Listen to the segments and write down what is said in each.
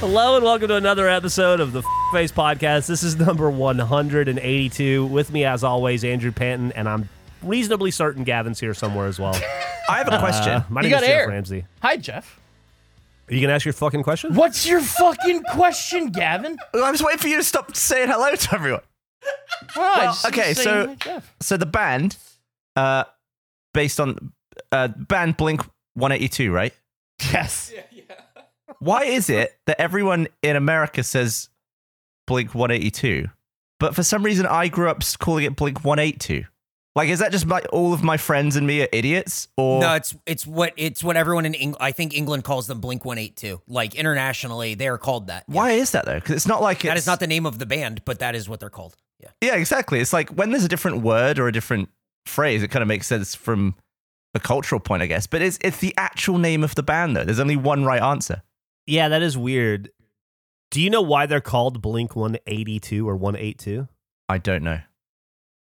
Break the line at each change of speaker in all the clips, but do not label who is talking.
Hello and welcome to another episode of the Face Podcast. This is number 182. With me, as always, Andrew Panton, and I'm reasonably certain Gavin's here somewhere as well.
I have a question.
Uh, my
You
name
got
is Jeff
air.
Ramsey.
Hi, Jeff.
Are you gonna ask your fucking question?
What's your fucking question, Gavin?
I was waiting for you to stop saying hello to everyone.
Well, I
Well,
just
okay,
was saying
so-
hi, Jeff.
So the band, uh, based on uh, band Blink 182, right?
yes,
Why is it that everyone in America says Blink 182, but for some reason I grew up calling it Blink 182? Like, is that just like all of my friends and me are idiots? Or
No, it's it's what it's what everyone in Eng- I think England calls them Blink One Eight Two. Like internationally, they are called that.
why is that though? Because it's not like it's,
That is not the name of the band, but that is what they're called. Yeah.
Yeah, exactly. It's like when there's a different word or a different phrase, it kind of makes sense from a cultural point, I guess. But it's it's the actual name of the band though. There's only one right answer.
Yeah, that is weird. Do you know why they're called Blink 182 or 182?
I don't know.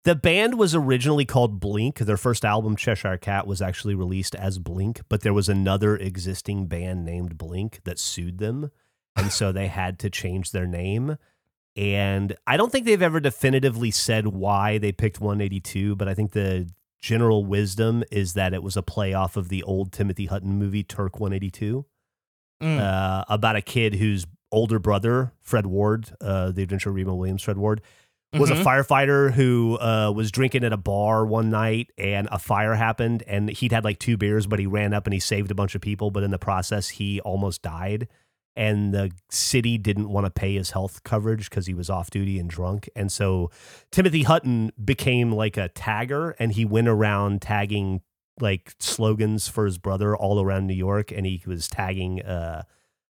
The band was originally called Blink. Their first album, Cheshire Cat, was actually released as Blink, but there was another existing band named Blink that sued them. And so they had to change their name. And I don't think they've ever definitively said why they picked 182, but I think the general wisdom is that it was a play off of the old Timothy Hutton movie, Turk 182 uh, about a kid whose older brother, Fred Ward, uh, the Adventure of Remo Williams, Fred Ward, was
Mhm.
a firefighter who uh, was drinking at a bar one night and a fire happened and he'd had like two beers, but he ran up and he saved a bunch of people. But in the process, he almost died. And the city didn't want to pay his health coverage because he was off duty and drunk. And so Timothy Hutton became like a tagger and he went around tagging like slogans for his brother all around New York and he was tagging uh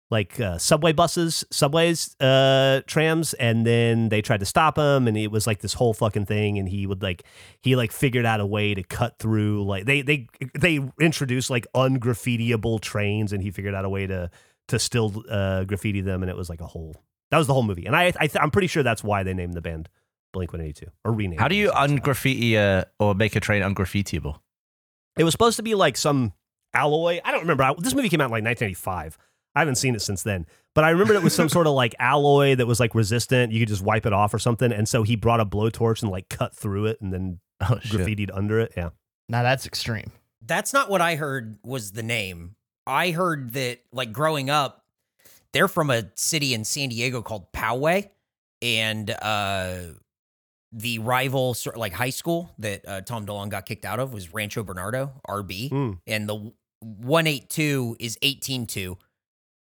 like uh, subway buses, subways, uh trams and then they tried to stop him and it was like this whole fucking thing and he would like he like figured out a way to cut through like they they they introduced like ungraffitiable trains and he figured out a way to to still uh graffiti them and it was like a whole that was the whole movie and I, I I'm pretty sure that's why they named the band Blink 182 or renamed
How do
it,
you
so it's not-
ungraffiti uh, or make a train ungraffitiable?
it was supposed to be like some alloy. I don't remember. I, this movie came out in like 1985. I haven't seen it since then. But I remember it was some sort of like alloy that was like resistant. You could just wipe it off or something. And so he brought a blowtorch and like cut through it and then
Oh shit.
graffitied under it. Yeah.
now that's extreme.
That's not what I heard was the name. I heard that like growing up, they're from a city in San Diego called Poway, and uh, the rival sort of like high school that uh, Tom DeLonge got kicked out of was Rancho Bernardo RB,
Mm.
and the one eight two is eighteen two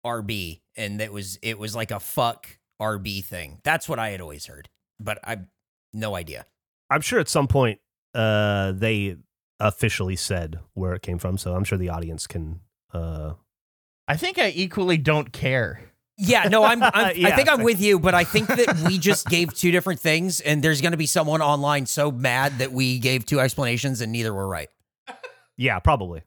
RB, and that was it was like a fuck RB thing. That's what I had always heard, but I no idea.
I'm sure at some point uh, they officially said where it came from. So I'm sure the audience can. Uh,
I think I equally don't care.
Yeah, no, I'm. I'm
Yeah.
I think I'm with you, but I think that we just gave two different things, and there's going to be someone online so mad that we gave two explanations and neither were right.
yeah, probably.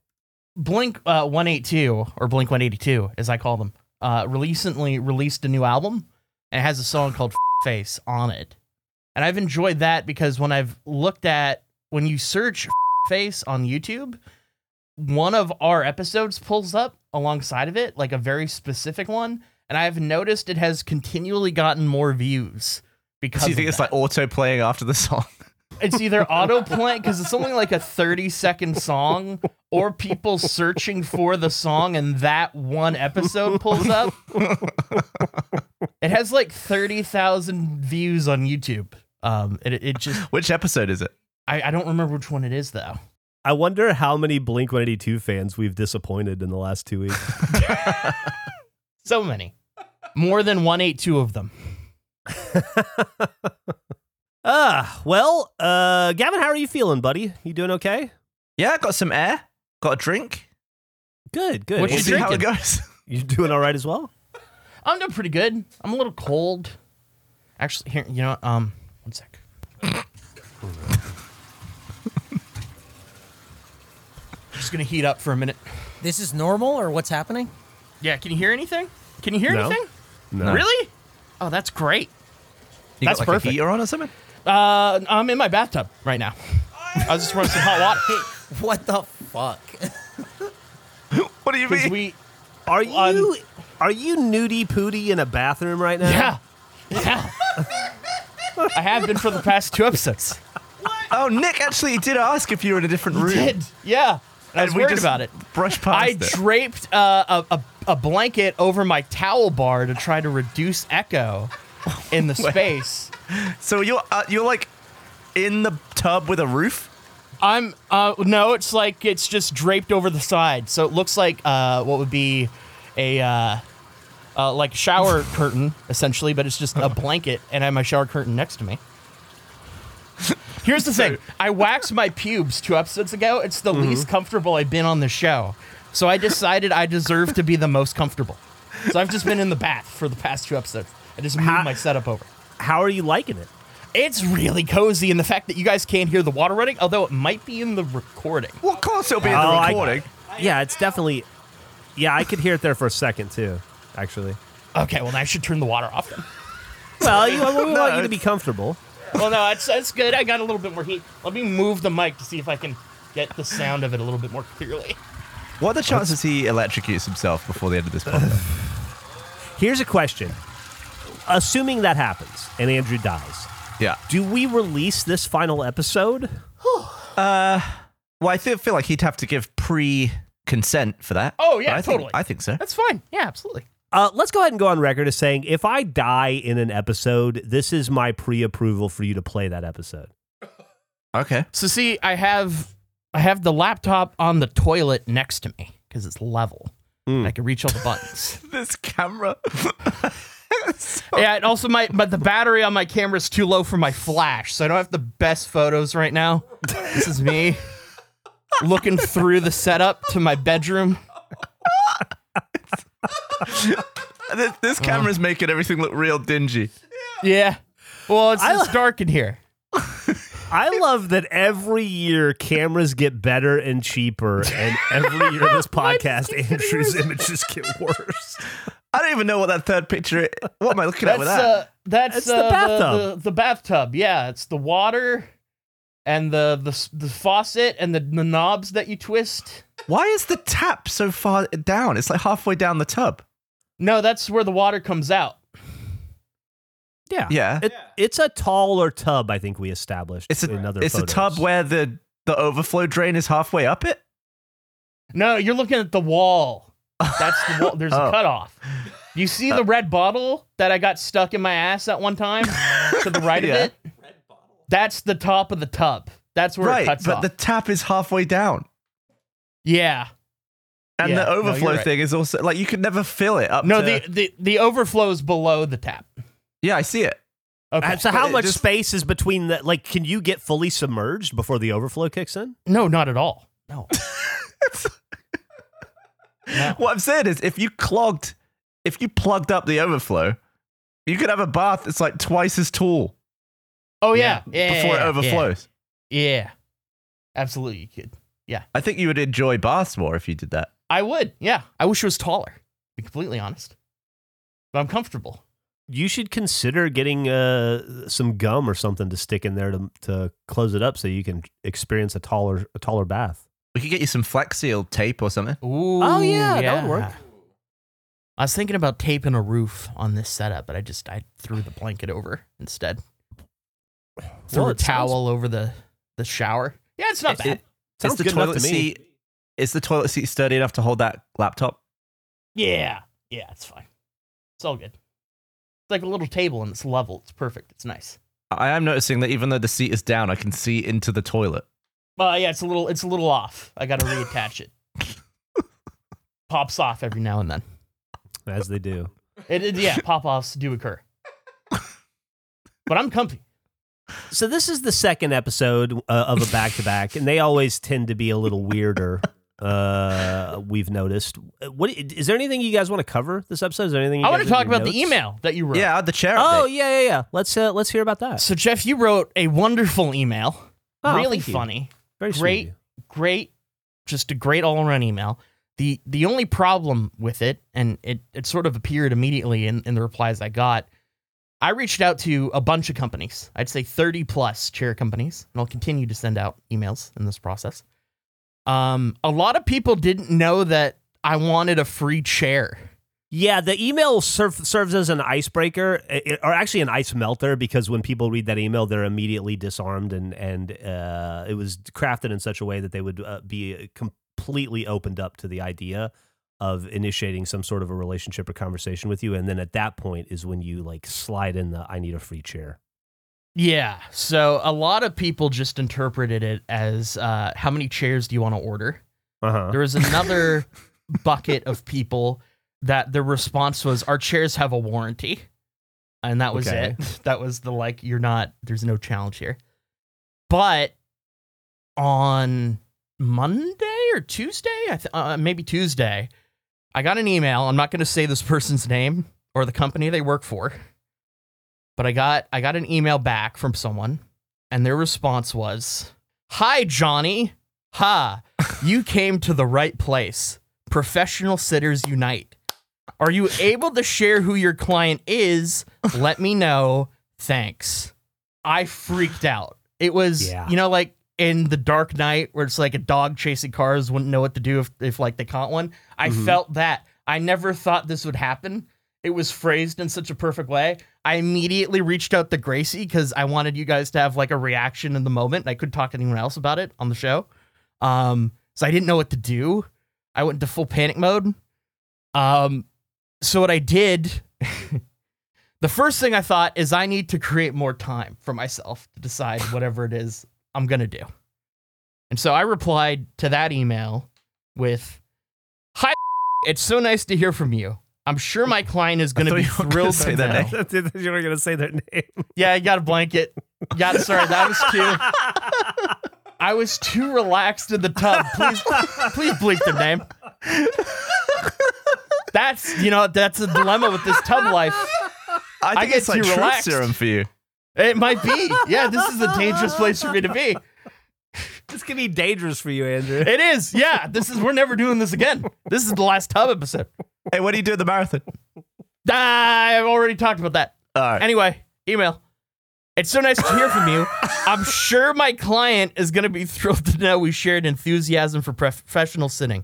Blink uh, 182 or Blink 182, as I call them, uh, recently released a new album and it has a song called Face on it. And I've enjoyed that because when I've looked at when you search Face on YouTube, one of our episodes pulls up alongside of it, like a very specific one, and I've noticed it has continually gotten more views because
So you think
of
it's like
that.
auto playing after the song?
it's either auto playing because it's only like a 30 second song or people searching for the song and that one episode pulls up it has like 30000 views on youtube um it, it just
Which episode is it?
I, I don't remember which one it is though
I wonder how many Blink 182 fans we've disappointed in the last two weeks.
so many more than 182 of them
Ah, well, uh, Gavin, how are you feeling, buddy? You doing okay?
Yeah, I got some air, got a drink.
Good, good.
What
We'll
you
see how it goes.
You doing all right as well?
i'm doing pretty good i'm a little cold actually here you know what, um one sec just gonna heat up for a minute
This is normal, or what's happening?
Yeah, can you hear anything? Can you hear
No.
anything?
No.
Really? Oh, that's great.
You
That's
got like
perfect.
a heater on or something?
Uh, I'm in my bathtub right now. I was just running some hot water
What the fuck?
What do you
because
mean?
we
Are
On-
you Are you nudie pooty in a bathroom right now?
Yeah. Yeah. I have been for the past two episodes.
Oh, Nick actually did ask if you were in a different room.
Did. Yeah. I was
And we
worried
just
about it.
Brush past
I
it.
draped uh, a, a, a blanket over my towel bar to try to reduce echo in the space.
so you're uh, you're like in the tub with a roof.
I'm uh no, it's like it's just draped over the side, so it looks like uh what would be a uh, uh like shower curtain essentially, but it's just a blanket, and I have my shower curtain next to me. Here's the thing: I waxed my pubes two episodes ago. It's the least comfortable I've been on the show, so I decided I deserve to be the most comfortable. So I've just been in the bath for the past two episodes. I just moved
Ha-
my setup over.
How are you liking it?
It's really cozy, and the fact that you guys can't hear the water running, although it might be in the recording.
Well, of course it'll be
Oh,
in the
I-
recording.
Yeah, it's definitely. Yeah, I could hear it there for a second too. Actually,
Okay, well, I should turn the water off then.
well, you, we want you to
it's-
be comfortable.
well, no, that's, that's good. I got a little bit more heat. Let me move the mic to see if I can get the sound of it a little bit more clearly.
what are the chances he electrocutes himself before the end of this podcast?
Here's a question: Assuming that happens and Andrew dies,
yeah.
do we release this final episode?
Well, I feel, feel like he'd have to give pre consent for that.
Oh, yeah,
But I think-
totally.
I think so.
That's fine. Yeah, absolutely.
Uh, let's go ahead and go on record as saying if I die in an episode, this is my pre-approval for you to play that episode.
Okay.
So see, I have I have the laptop on the toilet next to me because it's level.
Hmm.
I can reach all the buttons.
This camera.
yeah, and also my but the battery on my camera is too low for my flash, so I don't have the best photos right now. This is me looking through the setup to my bedroom.
this, this camera's making everything look real dingy.
Yeah. Well, it's,
I
it's dark in here.
I love that every year cameras get better and cheaper, and every year this podcast, Andrew's images get worse.
I don't even know what that third picture. Is. What am I looking at
That's
with that?
uh, that's,
It's the
uh, The,
bathtub.
the, the bathtub. Yeah, it's the water and the the, s- the faucet and the, the knobs that you twist.
Why is the tap so far down? It's like halfway down the tub.
No, that's where the water comes out.
Yeah,
Yeah.
It, It's a taller tub. I think we established.
It's a
in other
it's a
photos.
tub where the the overflow drain is halfway up it.
No, you're looking at the wall. That's the wall. There's a
Oh.
cutoff. You see the red bottle that I got stuck in my ass at one time to the right
Yeah.
of it? That's the top of the tub. That's where it
right,
cuts
but
off.
the tap is halfway down,
yeah.
and
Yeah,
the
no, you're
overflow
right.
thing is also like you could never fill it up.
No,
to-
the, the, the overflow is below the tap.
yeah, I see it.
Okay.
Uh, So how
It
much
just-
space is between the like? Can you get fully submerged before the overflow kicks in?
No, not at all. No. No.
What I'm saying is, if you clogged, if you plugged up the overflow, you could have a bath that's like twice as tall
Oh yeah. yeah.
before
yeah,
it overflows.
Yeah. Yeah. Absolutely, you could.
I think you would enjoy baths more if you did that.
I would. Yeah. I wish it was taller. To be completely honest. But I'm comfortable.
You should consider getting uh, some gum or something to stick in there to to close it up, so you can experience a taller a taller bath.
We could get you some Flex Seal tape or something.
Ooh.
Oh, yeah, that would work.
I was thinking about taping a roof on this setup, but I just I threw the blanket over instead. Threw
Well,
a
it sounds-
towel over the the shower. Yeah, it's not
It-
bad.
it-
Sounds
is the
good enough
toilet
to me.
seat? Is the toilet seat sturdy enough to hold that laptop?
yeah. Yeah, it's fine. It's all good. It's like a little table and it's level. It's perfect. It's nice.
I am noticing that even though the seat is down, I can see into the toilet.
Well, yeah, it's a little it's a little off. I got to reattach it. Pops off every now and then.
as they do.
It, it- yeah, pop offs do occur. But I'm comfy.
So this is the second episode uh, of a back to back, and they always tend to be a little weirder. Uh, we've noticed. Uh, What is there anything you guys want to cover this episode? Is there anything you
I want
guys
to
have
talk
in your
about the
notes?
email that you wrote.
Yeah, I had the chair.
Oh
update.
yeah, yeah, yeah. Let's uh, let's hear about that.
So Jeff, you wrote a wonderful email.
Oh,
really
thank you.
funny.
Very sweet
Great,
of you.
great, just a great all around email. The the only problem with it, and it, it sort of appeared immediately in, in the replies I got, I reached out to a bunch of companies. I'd say 30 plus chair companies, and I'll continue to send out emails in this process. Um, a lot of people didn't know that I wanted a free chair
Yeah, the email serve, serves as an icebreaker, i- i- or actually an ice melter, because when people read that email, they're immediately disarmed, and and uh, it was crafted in such a way that they would uh, be completely opened up to the idea of initiating some sort of a relationship or conversation with you, and then at that point is when you like slide in the "I need a free chair."
Yeah. So a lot of people just interpreted it as uh, how many chairs do you want to order?
Uh huh.
There was another bucket of people that their response was our chairs have a warranty. And that was
Okay.
it. That was the like, you're not, there's no challenge here. But on Monday or Tuesday, I th- uh, maybe Tuesday, I got an email. I'm not going to say this person's name or the company they work for, but I got I got an email back from someone, and their response was, "Hi Johnny, ha, you came to the right place. Professional sitters unite. Are you able to share who your client is? Let me know. Thanks." I freaked out. It was
Yeah.
you know like in the dark night where it's like a dog chasing cars wouldn't know what to do if, if like they caught one i
Mhm.
felt that i never thought this would happen it was phrased in such a perfect way i immediately reached out to gracie because i wanted you guys to have like a reaction in the moment and i couldn't talk to anyone else about it on the show um so i didn't know what to do i went into full panic mode um so what i did the first thing i thought is i need to create more time for myself to decide whatever it is I'm going to do. And so I replied to that email with Hi, it's so nice to hear from you. I'm sure my client is going to
thought
be
you were gonna
thrilled
say
to
that
know.
name.
you were gonna say their name.
Yeah, I got a blanket. Yeah, sorry, that was too. I was too relaxed in the tub. Please, please bleep the name. That's you know that's a dilemma with this tub life.
I
I
think
get
it's like
too
truth
relaxed.
serum for you.
It might be. Yeah, this is a dangerous place for me to be.
this could be dangerous for you, Andrew.
It is. Yeah, this is. We're never doing this again. This is the last tub episode.
Hey, what do you do at the marathon?
Ah, I've already talked about that.
All right.
Anyway, email. It's so nice to hear from you. I'm sure my client is going to be thrilled to know we shared enthusiasm for prof- professional sitting.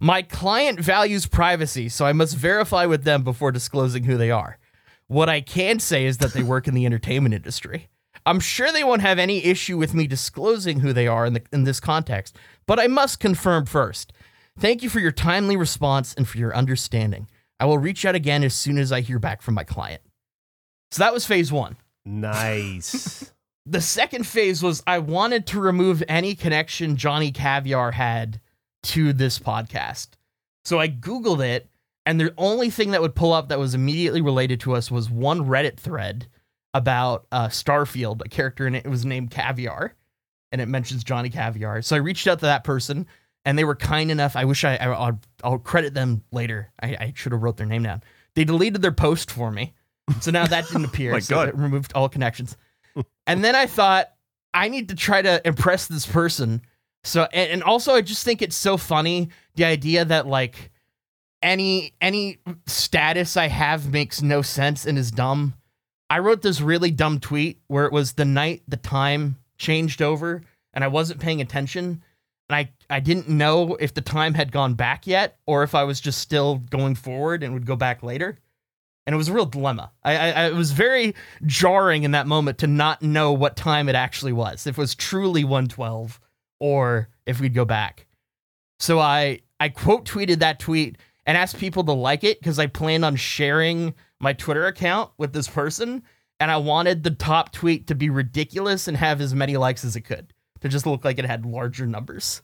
My client values privacy, so I must verify with them before disclosing who they are. What I can say is that they work in the entertainment industry. I'm sure they won't have any issue with me disclosing who they are in, the, in this context, but I must confirm first. Thank you for your timely response and for your understanding. I will reach out again as soon as I hear back from my client. So that was phase one.
Nice.
The second phase was I wanted to remove any connection Johnny Caviar had to this podcast. So I Googled it, and the only thing that would pull up that was immediately related to us was one Reddit thread about uh, Starfield, a character in it was named Caviar, and it mentions Johnny Caviar. So I reached out to that person, and they were kind enough. I wish I, I I'll, I'll credit them later. I, I should have wrote their name down. They deleted their post for me, so now that didn't appear.
My
so
God.
it removed all connections. and then I thought I need to try to impress this person. So and, and also I just think it's so funny the idea that like any any status I have makes no sense and is dumb. I wrote this really dumb tweet where it was the night the time changed over and I wasn't paying attention and I I didn't know if the time had gone back yet or if I was just still going forward and would go back later. And it was a real dilemma. I, I, I it was very jarring in that moment to not know what time it actually was. If it was truly 112 or if we'd go back. So I I quote tweeted that tweet and asked people to like it because I planned on sharing my Twitter account with this person. And I wanted the top tweet to be ridiculous and have as many likes as it could to just look like it had larger numbers.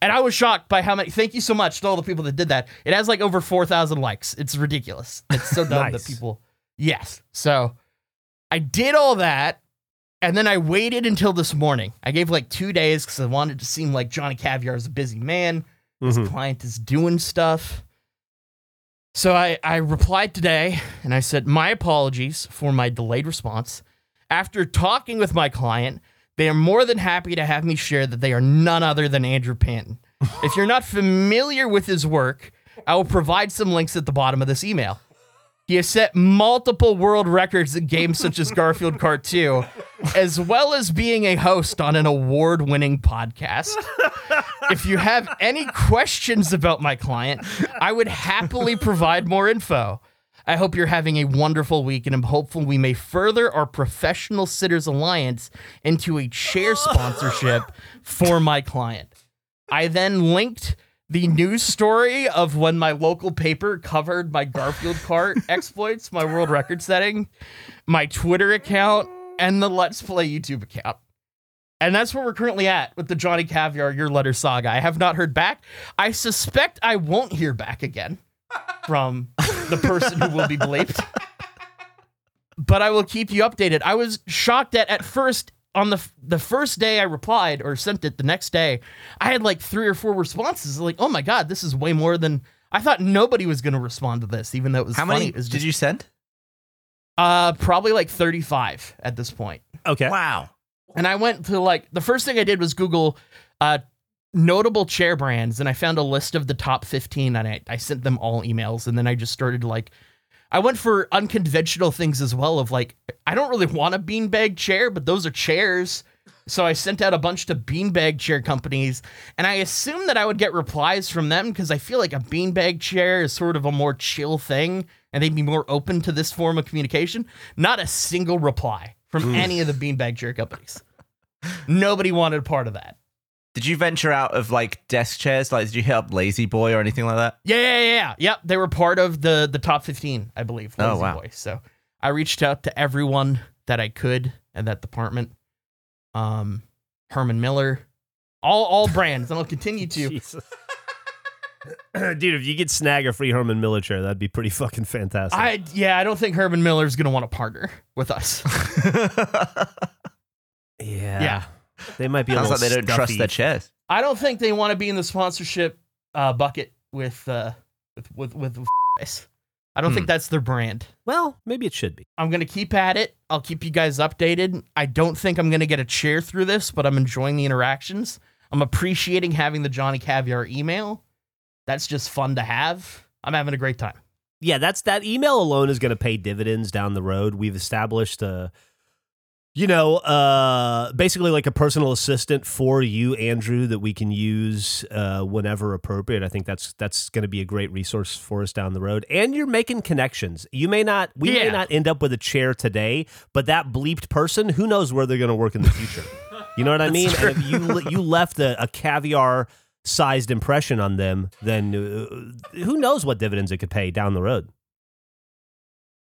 And I was shocked by how many. Thank you so much to all the people that did that. It has like over 4,000 likes. It's ridiculous. It's so
Nice.
dumb that people. Yes. So I did all that. And then I waited until this morning. I gave like two days because I wanted to seem like Johnny Caviar is a busy man
Mhm.
client is doing stuff. So I, I replied today and I said, My apologies for my delayed response. After talking with my client, they are more than happy to have me share that they are none other than Andrew Panton. if you're not familiar with his work, I will provide some links at the bottom of this email. He has set multiple world records in games such as Garfield Kart 2, as well as being a host on an award winning podcast. if you have any questions about my client, I would happily provide more info. I hope you're having a wonderful week and I'm hopeful we may further our professional sitters alliance into a chair sponsorship for my client. I then linked the news story of when my local paper covered my Garfield cart exploits, my world record setting, my Twitter account, and the Let's Play YouTube account. And that's where we're currently at with the Johnny Caviar Your Letter saga. I have not heard back. I suspect I won't hear back again from the person who will be bleeped. But I will keep you updated. I was shocked that at first on the f- the first day I replied or sent it the next day, I had like three or four responses. Like, oh my god, this is way more than I thought. Nobody was going to respond to this, even though it was
How
funny.
many
It was
did
just-
you send?
Uh, probably like thirty five at this point.
Okay.
Wow.
And I went to like the first thing I did was Google uh, notable chair brands, and I found a list of the top fifteen, and I, I sent them all emails, and then I just started like I went for unconventional things as well. Of like I don't really want a beanbag chair, but those are chairs. So I sent out a bunch to beanbag chair companies, and I assumed that I would get replies from them because I feel like a beanbag chair is sort of a more chill thing, and they'd be more open to this form of communication. Not a single reply from any of the beanbag chair companies. Nobody wanted a part of that.
Did you venture out of like desk chairs? Like, did you hit up Lazy Boy or anything like that?
Yeah, yeah, yeah, yeah. Yep, they were part of the the top fifteen, I believe.
Oh,
Lazy
wow.
Boy. So I reached out to everyone that I could in that department. Um, Herman Miller, all all brands, and I'll continue to.
Jesus. Dude, if you could snag a free Herman Miller chair, that'd be pretty fucking fantastic.
I yeah, I don't think Herman Miller's gonna want to partner with us.
yeah.
yeah.
They might be a
Sounds
little
like they don't trust
stuffy.
their chairs.
I don't think they want to be in the sponsorship uh, bucket with uh with with with. I don't think that's their brand.
Well, maybe it should be.
I'm gonna keep at it. I'll keep you guys updated. I don't think I'm gonna get a chair through this, but I'm enjoying the interactions. I'm appreciating having the Johnny Caviar email. That's just fun to have. I'm having a great time.
yeah, that's that email alone is going to pay dividends down the road. We've established a, you know, uh, basically like a personal assistant for you, Andrew, that we can use uh, whenever appropriate. I think that's that's going to be a great resource for us down the road. And you're making connections. You may not, we may
Yeah.
not end up with a chair today, but that bleeped person, who knows where they're going to work in the future. you know what I mean? And if you le- you left a, a caviar. Sized impression on them, then uh, who knows what dividends it could pay down the road.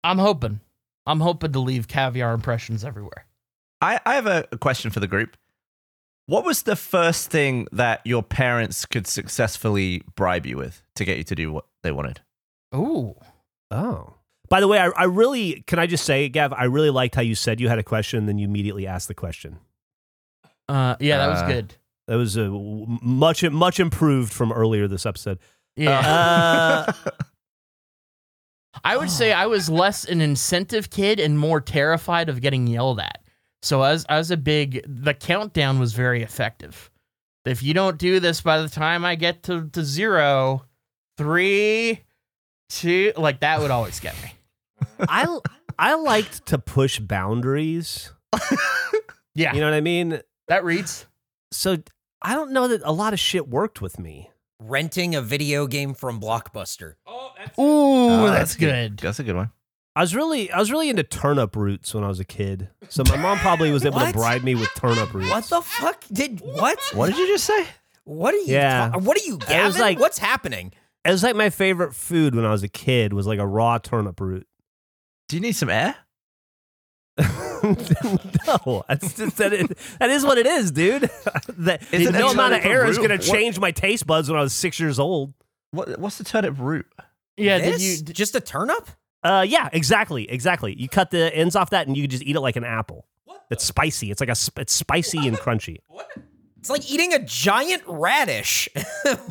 I'm hoping. I'm hoping to leave caviar impressions everywhere.
I, I have a a question for the group. What was the first thing that your parents could successfully bribe you with to get you to do what they wanted?
Ooh.
Oh. By the way, I, I really can I just say, Gav, I really liked how you said you had a question, and then you immediately asked the question.
Uh, yeah, that was
Uh,
good.
That was uh, w- much much improved from earlier this episode.
Yeah.
Uh,
I would say I was less an incentive kid and more terrified of getting yelled at. So as as a big the countdown was very effective. If you don't do this by the time I get to, to zero, three, two, like that would always get me.
I I liked to push boundaries.
Yeah,
You know what I mean?
that reads.
So I don't know that a lot of shit worked with me.
renting a video game from Blockbuster.
Ooh,
Oh,
that's,
a
good.
That's a good one.
I was really I was really into turnip roots when I was a kid. So my mom probably was able to
What?
bribe me with turnip roots.
What the fuck did what?
What did you just say?
What are you?
Yeah.
Yeah. what are you? Gavin?
like-
what's happening?
It was like my favorite food when I was a kid was like a raw turnip root.
Do you need some air?
no, that's just, that, is, that is what it is, dude. that,
It's an
no amount of
alternative
air is
route.
going to
What-
change my taste buds when I was six years old.
What, what's the turnip root?
Yeah, did
This?
you did-
just a turnip?
Uh, yeah, exactly, exactly. You cut the ends off that, and you can just eat it like an apple. It's spicy. It's like a sp- it's spicy and crunchy.
It's like eating a giant radish.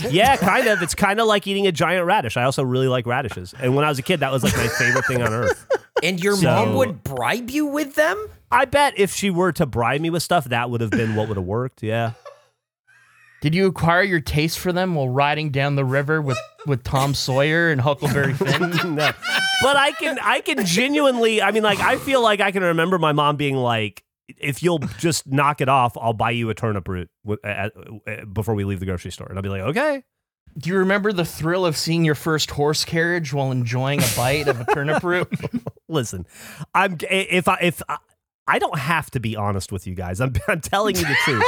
Yeah, kind of. It's kind of like eating a giant radish. I also really like radishes, and when I was a kid, that was like my favorite thing on earth.
and your
So-
mom would bribe you with them?
I bet if she were to bribe me with stuff, that would have been what would have worked. Yeah.
did you acquire your taste for them while riding down the river with with Tom Sawyer and Huckleberry Finn?
no. But I can I can genuinely I mean like I feel like I can remember my mom being like if you'll just knock it off, I'll buy you a turnip root w- at, uh, before we leave the grocery store. And I'll be like, okay.
Do you remember the thrill of seeing your first horse carriage while enjoying a bite of a turnip root?
Listen, I'm if I if I, I don't have to be honest with you guys. I'm I'm telling you the truth.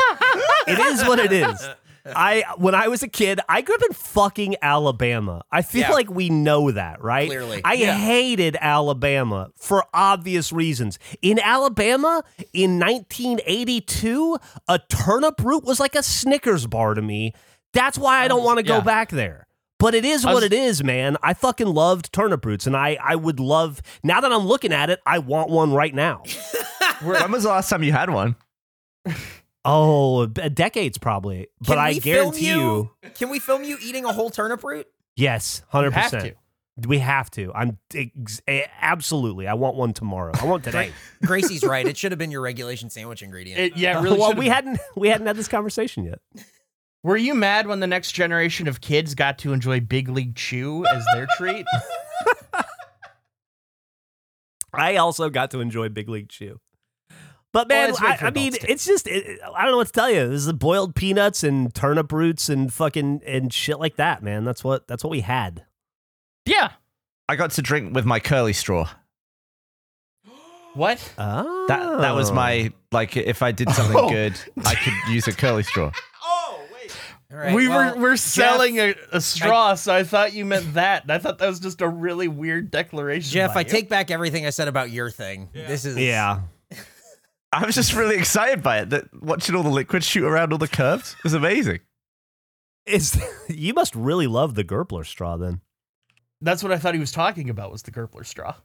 it is what it is. I when I was a kid, I grew up in fucking Alabama. I feel
Yeah.
like we know that, right?
Clearly.
I
Yeah.
hated Alabama for obvious reasons. In Alabama, in 1982, a turnip root was like a Snickers bar to me. That's why I don't want to go
Oh, Yeah.
back there. But it is
I
what
was-
it is, man. I fucking loved turnip roots, and I I would love now that I'm looking at it, I want one right now.
when was the last time you had one?
Oh, b- decades probably. But
Can
I
we film
guarantee you,
Can we film you eating a whole turnip root?
yes,
You
hundred
have
percent.
to.
We have to. I'm ex- eh, absolutely. I want one tomorrow. I want today.
Gracie's right. It should have been your regulation sandwich ingredient.
It- yeah, it really.
well,
should've
we
been.
hadn't we hadn't had this conversation yet.
Were you mad when the next generation of kids got to enjoy Big League Chew as their treat?
I also got to enjoy Big League Chew. But man,
that's great
I,
for
I mean,
adults, too.
it's just it, I don't know what to tell you. This is the boiled peanuts and turnip roots and fucking and shit like that, man. That's what that's what we had.
Yeah.
I got to drink with my curly straw.
What?
Oh,
That that was my like if I did something
Oh.
good, I could use a curly straw.
All right,
we
well,
were we're selling a, a straw, so I thought you meant that. I thought that was just a really weird declaration.
Jeff,
by
I
you.
take back everything I said about your thing. This
Oh.
is
yeah.
I was just really excited by it. That watching all the liquid shoot around all the curves was amazing.
Is you must really love the Gerpler straw then?
That's what I thought he was talking about was the Gerpler straw.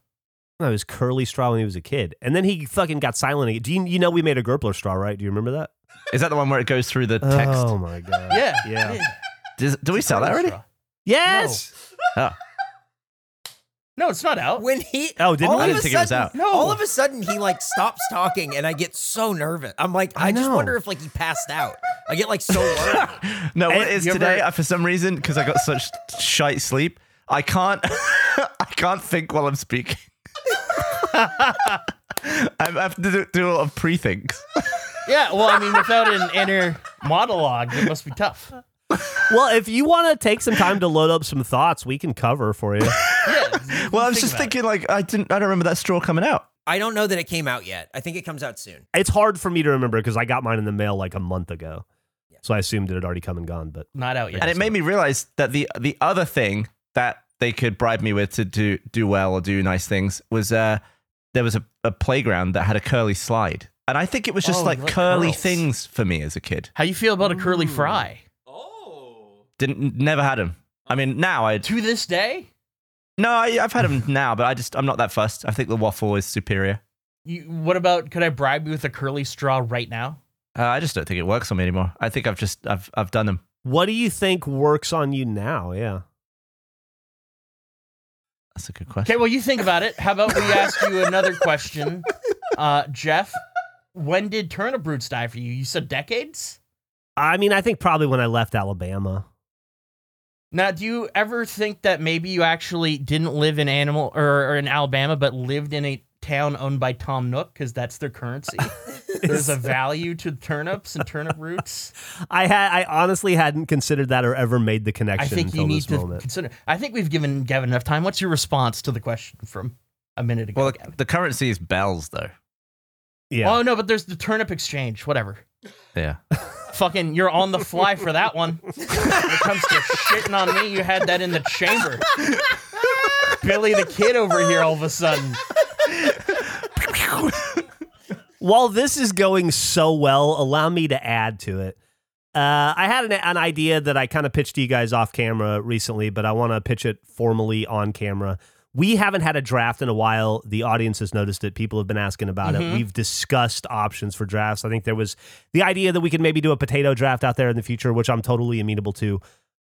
That was curly straw when he was a kid, and then he fucking got silent. again. Do you, you know we made a Gerpler straw, right? Do you remember that?
Is that the one where it goes through the text?
Oh my god.
Yeah.
Yeah.
Does, do we sell that
Gerpler
already?
straw.
Yes.
No, it's not out.
when he
Oh, didn't
all
we?
of
I didn't
a
think it was
sudden-
out.
No.
All of a sudden, he like stops talking, and I get so nervous. I'm like, I,
I
just
know.
wonder if like he passed out. I get like so worried.
No, what
Eh,
it is
you ever-
today? I, for some reason, because I got such shite sleep, I can't. I can't think while I'm speaking. I have to do, do a lot of pre-thinks.
Yeah, well, I mean, without an inner monologue, it must be tough.
Well, if you want to take some time to load up some thoughts, we can cover for you.
Yeah.
Well, I was
think
just
about it.
thinking, like, I didn't. I don't remember that straw coming out.
I don't know that it came out yet. I think it comes out soon.
It's hard for me to remember because I got mine in the mail like a month ago. So I assumed it had already come and gone, but
Not out yet.
and it made me realize that the the other thing that they could bribe me with to do do well or do nice things was uh there was a, a playground that had a curly slide and i think it was just
Oh, you
like
like
curly
curls.
things for me as a kid
How you feel about a curly fry?
didn't never had them i mean now i
To this day,
no I, i've had them now but i just i'm not that fussed i think the waffle is superior
you, what about could I bribe you with a curly straw right now?
uh, i just don't think it works on me anymore i think i've just i've i've done them
what do you think works on you now? Yeah.
that's a good question
Okay, well, you think about it. How about we ask you another question, uh, Jeff? When did turnip roots die for you? You said decades.
I mean, I think probably when I left Alabama.
Now, do you ever think that maybe you actually didn't live in animal or, or in Alabama, but lived in a town owned by Tom Nook because that's their currency? There's a value to turnips and turnip roots.
I had I honestly hadn't considered that or ever made the connection
I think you
until
need
this
to
moment.
consider. I think we've given Gavin enough time. What's your response to the question from a minute ago?
well
Gavin?
the, the currency is bells though
Yeah.
Oh no, but there's the turnip exchange. Whatever.
yeah
Fucking, you're on the fly for that one. when it comes to shitting on me, you had that in the chamber. Billy the Kid over here, all of a sudden.
While this is going so well, allow me to add to it. Uh, I had an, an idea that I kind of pitched to you guys off camera recently, but I want to pitch it formally on camera. We haven't had a draft in a while. The audience has noticed it. People have been asking about
Mhm.
it. We've discussed options for drafts. I think there was the idea that we could maybe do a potato draft out there in the future, which I'm totally amenable to.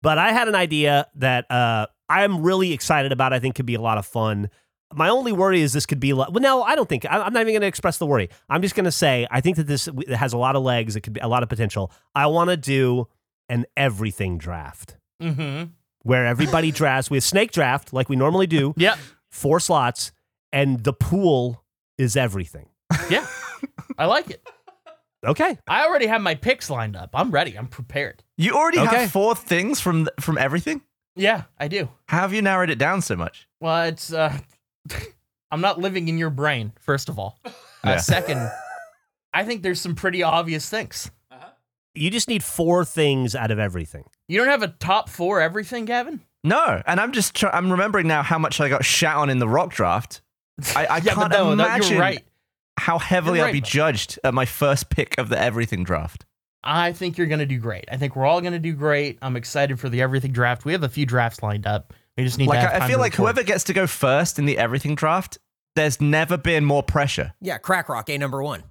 But I had an idea that uh, I'm really excited about. I think could be a lot of fun. My only worry is this could be like, well, no, I don't think I- I'm not even going to express the worry. I'm just going to say I think that this w- has a lot of legs. It could be a lot of potential. I want to do an everything draft
Mm-hmm.
where everybody drafts. We have snake draft like we normally do,
Yeah.
four slots, and the pool is everything.
Yeah. I like it.
Okay.
I already have my picks lined up. I'm ready. I'm prepared.
You already
Okay.
have four things from th- from everything.
Yeah, I do.
How have you narrowed it down so much?
Well, it's uh, I'm not living in your brain. First of all, uh,
Yeah.
second, I think there's some pretty obvious things.
You just need four things out of everything.
You don't have a top four everything, Gavin.
No, and I'm just try- I'm remembering now how much I got shat on in the rock draft. I, I
yeah,
can't
but no, no,
imagine
you're right.
how heavily
You're
I'll be
right.
judged at my first pick of the everything draft.
I think you're going to do great. I think we're all going to do great. I'm excited for the everything draft. We have a few drafts lined up. We just need
like
to have
I, I
time
feel
to
like
record.
whoever gets to go first in the everything draft, there's never been more pressure.
Yeah, crack rock, A number one.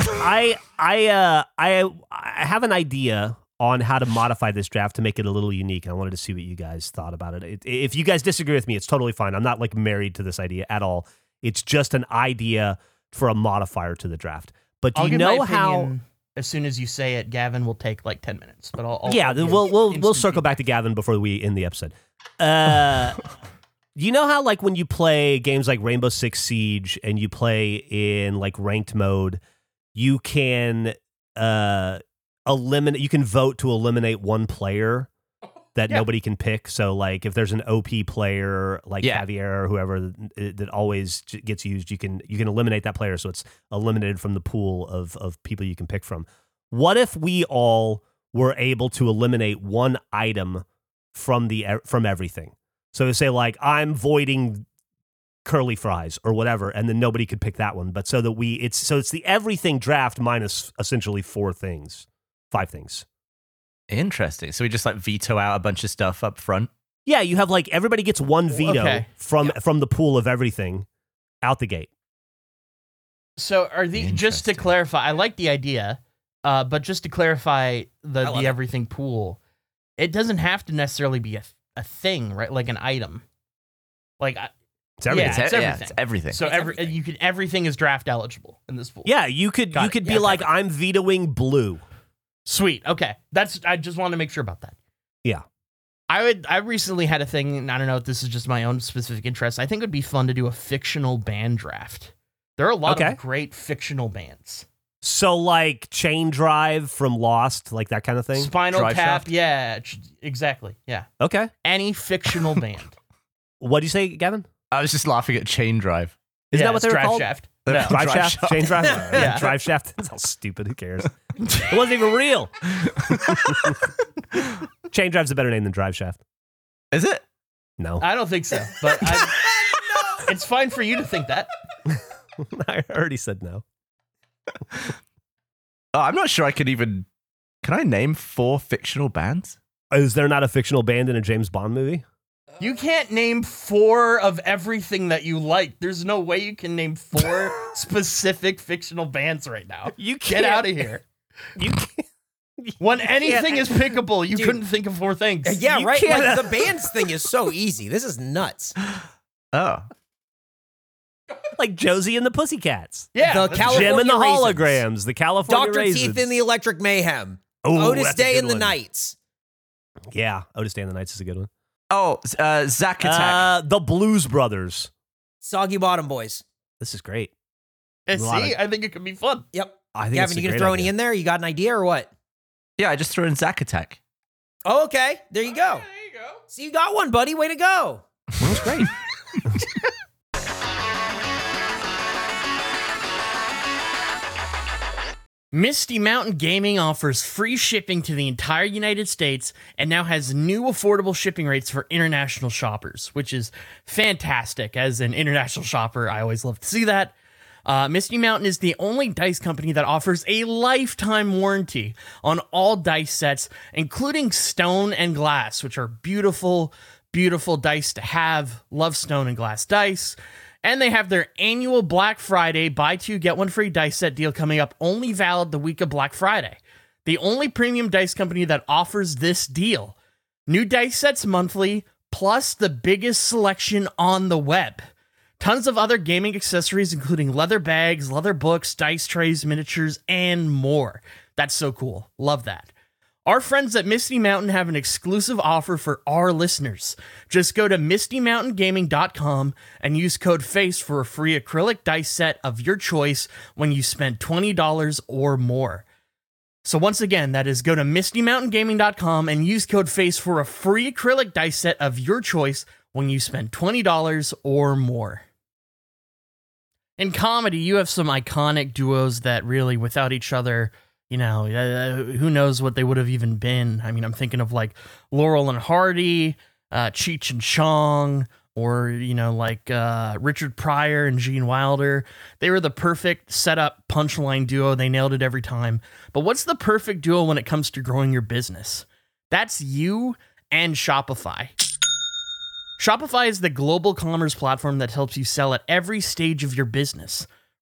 I I uh I I have an idea on how to modify this draft to make it a little unique. I wanted to see what you guys thought about it. it. If you guys disagree with me, it's totally fine. I'm not like married to this idea at all. It's just an idea for a modifier to the draft. But do
I'll
you
give
know
my
how?
opinion As soon as you say it, Gavin will take like ten minutes. But I'll, I'll
yeah,
give
we'll we'll we'll
instant
circle back to Gavin before we end the episode. Uh, you know how like when you play games like Rainbow Six Siege and you play in like ranked mode, you can uh eliminate you can vote to eliminate one player that
Yeah.
nobody can pick. So like if there's an OP player like
Yeah.
Javier or whoever th- that always j- gets used, you can you can eliminate that player so it's eliminated from the pool of of people you can pick from. What if we all were able to eliminate one item from the e-, from everything? So to say like I'm voiding curly fries or whatever and then nobody could pick that one but so that we it's so it's the everything draft minus essentially four things five things
Interesting. So we just like veto out a bunch of stuff up front.
yeah you have like everybody gets one
Well,
veto
okay.
from from the pool of everything out the gate
So are the just to
Interesting.
clarify, I like the idea, uh, but just to clarify
I
the
love
the
it.
everything pool, it doesn't have to necessarily be a, a thing, right? Like an item. Like I,
it's everything
Yeah,
e-
it's everything.
it's everything.
so
It's
every
everything.
you can everything is draft eligible in this pool.
yeah, you could
Got
you
it.
could
Yeah,
be
okay.
like i'm vetoing blue
Sweet. Okay. That's I just wanted to make sure about that.
Yeah.
I would I recently had a thing, and I don't know if this is just my own specific interest. I think it would be fun to do a fictional band draft. There are a lot
Okay.
of great fictional bands.
so like chain drive from lost like that kind of thing
Spinal
Drive
Tap,
Shaft?
yeah, ch- exactly. Yeah.
okay
Any fictional band.
what do you say gavin
I was just laughing at Chain Drive.
Isn't
Yeah,
that what
it's
they were
Drive
called?
Shaft.
The
No.
drive, shaft, chain drive
Yeah.
drive shaft that's all stupid who cares it wasn't even real chain drive's a better name than drive shaft
Is it?
no
I don't think so, but I, it's fine for you to think that.
I already said no.
Oh, I'm not sure I could even. Can I name four fictional bands?
Is there not a fictional band in a James Bond movie?
You can't name four of everything that you like. There's no way you can name four specific fictional bands right now.
You
Get out of here.
You can't.
When anything is pickable, you
Dude.
couldn't think of four things.
Yeah,
You
right. Like,
can't-
the bands thing is so easy. This is nuts.
Oh,
Like Josie and the Pussycats,
Yeah.
The
that's-
Cali-
Jim and the
California Raisins.
Holograms, the California
Doctor
Raisins,
Teeth in the Electric Mayhem.
Ooh,
Otis
that's a
Day
good
and the
one.
Knights.
Yeah, Otis Day and the Nights is a good one.
oh, uh, Zack Attack.
Uh, the Blues Brothers.
Soggy Bottom Boys.
This is great.
Uh,
a lot
See, I think it could be fun.
Yep.
I think
Gavin, you gonna throw any in there? You got an idea or what?
yeah, I just threw in Zack Attack.
Oh, okay. There you go.
There you go.
So you got one, buddy. Way to go.
That's great.
Misty Mountain Gaming offers free shipping to the entire United States and now has new affordable shipping rates for international shoppers, which is fantastic. As an international shopper, I always love to see that. Uh, Misty Mountain is the only dice company that offers a lifetime warranty on all dice sets, including stone and glass, which are beautiful, beautiful dice to have. Love stone and glass dice. And they have their annual Black Friday buy two, get one free dice set deal coming up, only valid the week of Black Friday. The only premium dice company that offers this deal. New dice sets monthly, plus the biggest selection on the web. Tons of other gaming accessories, including leather bags, leather books, dice trays, miniatures, and more. That's so cool. Love that. Our friends at Misty Mountain have an exclusive offer for our listeners. Just go to mistymountaingaming.com and use code FACE for a free acrylic dice set of your choice when you spend $20 or more. So once again, that is go to mistymountaingaming.com and use code FACE for a free acrylic dice set of your choice when you spend $20 or more. In comedy, you have some iconic duos that really, without each other, you know, uh, who knows what they would have even been. I mean, I'm thinking of like Laurel and Hardy, uh, Cheech and Chong, or, you know, like uh, Richard Pryor and Gene Wilder. They were the perfect setup punchline duo. They nailed it every time. But what's the perfect duo when it comes to growing your business? That's you and Shopify. Shopify is the global commerce platform that helps you sell at every stage of your business.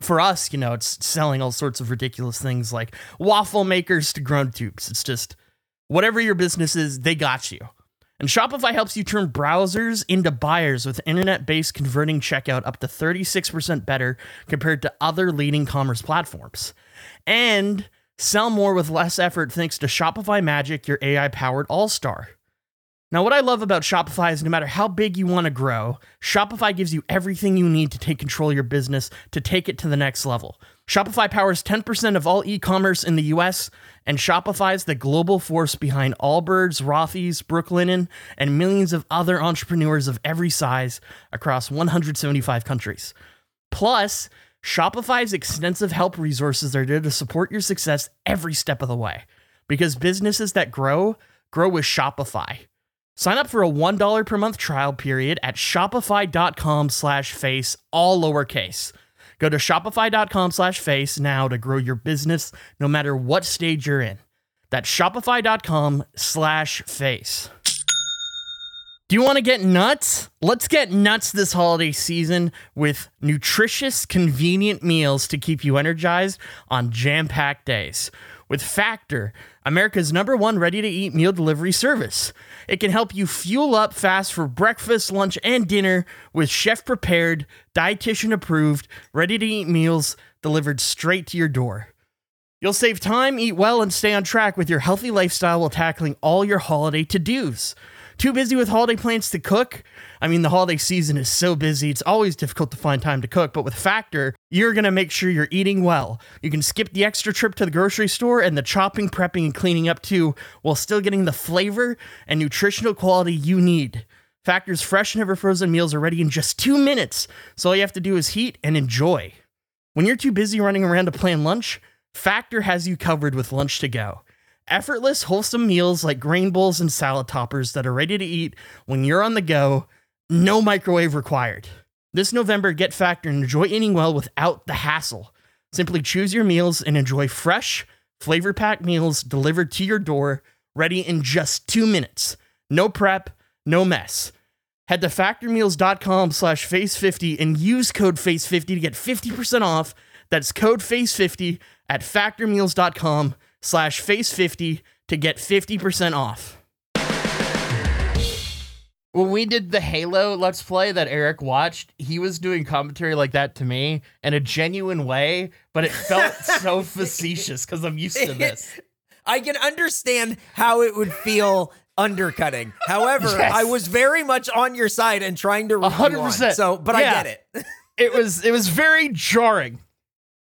for us, you know, it's selling all sorts of ridiculous things like waffle makers to grown tubes. It's just whatever your business is, they got you. And Shopify helps you turn browsers into buyers with internet based converting checkout up to 36% better compared to other leading commerce platforms. And sell more with less effort thanks to Shopify Magic, your AI powered all star. Now, what I love about Shopify is no matter how big you want to grow, Shopify gives you everything you need to take control of your business to take it to the next level. Shopify powers 10% of all e commerce in the US, and Shopify's the global force behind Allbirds, Rothy's, Brooklinen, and millions of other entrepreneurs of every size across 175 countries. Plus, Shopify's extensive help resources are there to support your success every step of the way because businesses that grow, grow with Shopify. Sign up for a $1 per month trial period at shopify.com slash face, all lowercase. Go to shopify.com slash face now to grow your business no matter what stage you're in. That's shopify.com slash face. Do you want to get nuts? Let's get nuts this holiday season with nutritious, convenient meals to keep you energized on jam packed days. With Factor, America's number one ready to eat meal delivery service. It can help you fuel up fast for breakfast, lunch, and dinner with chef prepared, dietitian approved, ready to eat meals delivered straight to your door. You'll save time, eat well, and stay on track with your healthy lifestyle while tackling all your holiday to dos. Too busy with holiday plans to cook? I mean, the holiday season is so busy, it's always difficult to find time to cook, but with Factor, you're gonna make sure you're eating well. You can skip the extra trip to the grocery store and the chopping, prepping, and cleaning up too, while still getting the flavor and nutritional quality you need. Factor's fresh, never frozen meals are ready in just two minutes, so all you have to do is heat and enjoy. When you're too busy running around to plan lunch, Factor has you covered with lunch to go. Effortless, wholesome meals like grain bowls and salad toppers that are ready to eat when you're on the go, no microwave required. This November, get Factor and enjoy eating well without the hassle. Simply choose your meals and enjoy fresh, flavor packed meals delivered to your door, ready in just two minutes. No prep, no mess. Head to factormeals.com slash face50 and use code face50 to get 50% off. That's code face50 at factormeals.com slash face50 to get 50% off. When we did the Halo Let's Play that Eric watched, he was doing commentary like that to me in a genuine way, but it felt so facetious because I'm used to this.
I can understand how it would feel undercutting. However,
Yes.
I was very much on your side and trying to root you on.
100%.
So, but
Yeah.
I get it.
It was it was very jarring.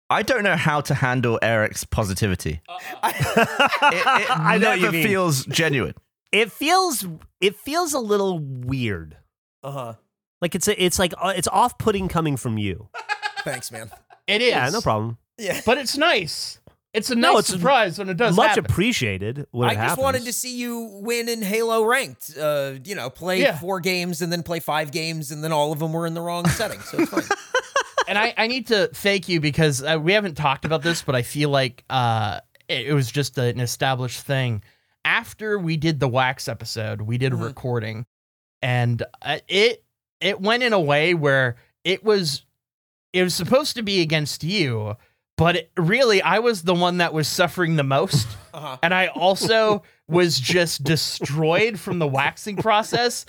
I don't know how to handle Eric's positivity. It, it
I know what
never
you mean.
feels genuine.
It feels it feels a little weird.
Uh huh.
Like it's a, it's like uh, it's off putting coming from you.
Thanks, man.
It is.
Yeah, no problem.
Yeah.
But it's nice. It's a nice
No, it's
surprise when it does
Much
happen.
appreciated. When
I
it
just
happens.
wanted to see you win in Halo ranked. Uh, you know, play
Yeah.
four games and then play five games, and then all of them were in the wrong setting. So it's fine.
and I, I need to thank you because uh, we haven't talked about this, but I feel like uh, it, it was just
Mm-hmm.
an established thing. After we did the wax episode, we did a
Mhm.
recording, and uh, it it went in a way where it was it was supposed to be against you, but it- really I was the one that was suffering the most,
Uh-huh.
and I also was just destroyed from the waxing process,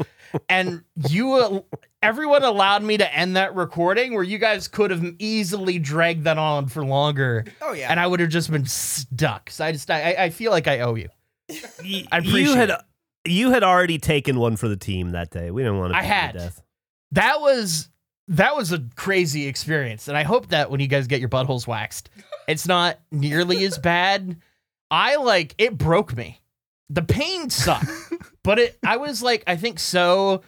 and you. al- Everyone allowed me to end that recording where you guys could have easily dragged that on for longer
Oh yeah.
and I would have just been stuck. So I just, I, I feel like I owe you.
Y-
I
you
appreciate
had
it.
you had already taken one for the team that day. We didn't want to.
I
beat you to
had.
death.
That was, that was a crazy experience. And I hope that when you guys get your buttholes waxed, it's not nearly as bad. I like, it broke me. The pain sucked, but it, I was like, I think so.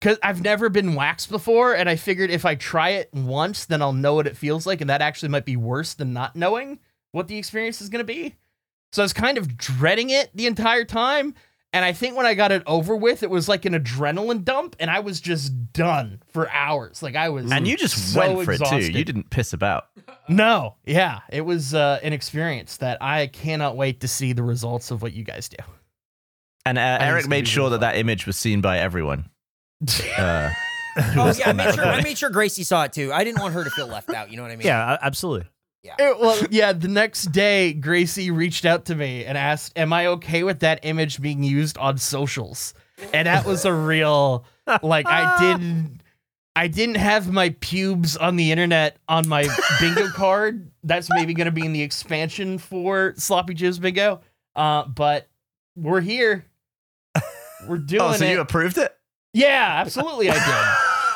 Cause I've never been waxed before. And I figured if I try it once, then I'll know what it feels like. And that actually might be worse than not knowing what the experience is going to be. So I was kind of dreading it the entire time. And I think when I got it over with, it was like an adrenaline dump, and I was just done for hours. Like I was,
And you just
so
went for it
exhausted.
too. You didn't piss about.
no, yeah, it was uh, an experience that I cannot wait to see the results of what you guys do.
And uh,
it's
Eric
gonna
made
be
sure
really
that that image was seen by everyone. Uh,
oh yeah. I made, sure, I made sure Gracie saw it too. I didn't want her to feel left out. You know what I mean?
Yeah, a- absolutely.
It- well, yeah, the next day, Gracie reached out to me and asked, Am I okay with that image being used on socials? And that was a real like I didn't I didn't have my pubes on the internet on my bingo card. That's maybe gonna be in the expansion for sloppy jizz bingo. Uh, but we're here. We're doing
oh, so
it.
you approved it?
yeah, absolutely I did.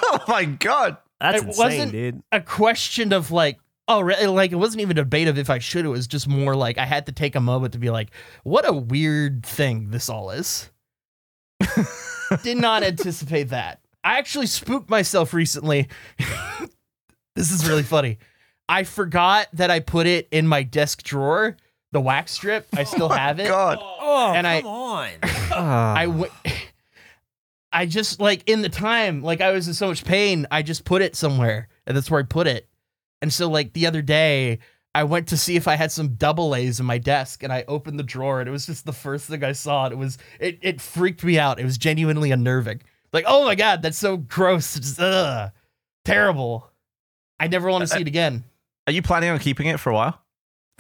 oh my god!
That's
It
insane,
wasn't-
dude.
a question of like oh re- like it wasn't even a debate of if i should it was just more like i had to take a moment to be like what a weird thing this all is did not anticipate that i actually spooked myself recently this is really funny i forgot that i put it in my desk drawer the wax strip i still have it
God, Ah.
Oh,
And I-
come on.
I w- I just like in the time, like I was in so much pain, I just put it somewhere, and that's where I put it. And so, like the other day, I went to see if I had some double A's in my desk, and I opened the drawer, and it was just the first thing I saw. And it was it it freaked me out. It was genuinely unnerving. Like, oh my god, that's so gross. It's just, ugh, terrible. I never want to see it again.
are you planning on keeping it for a while?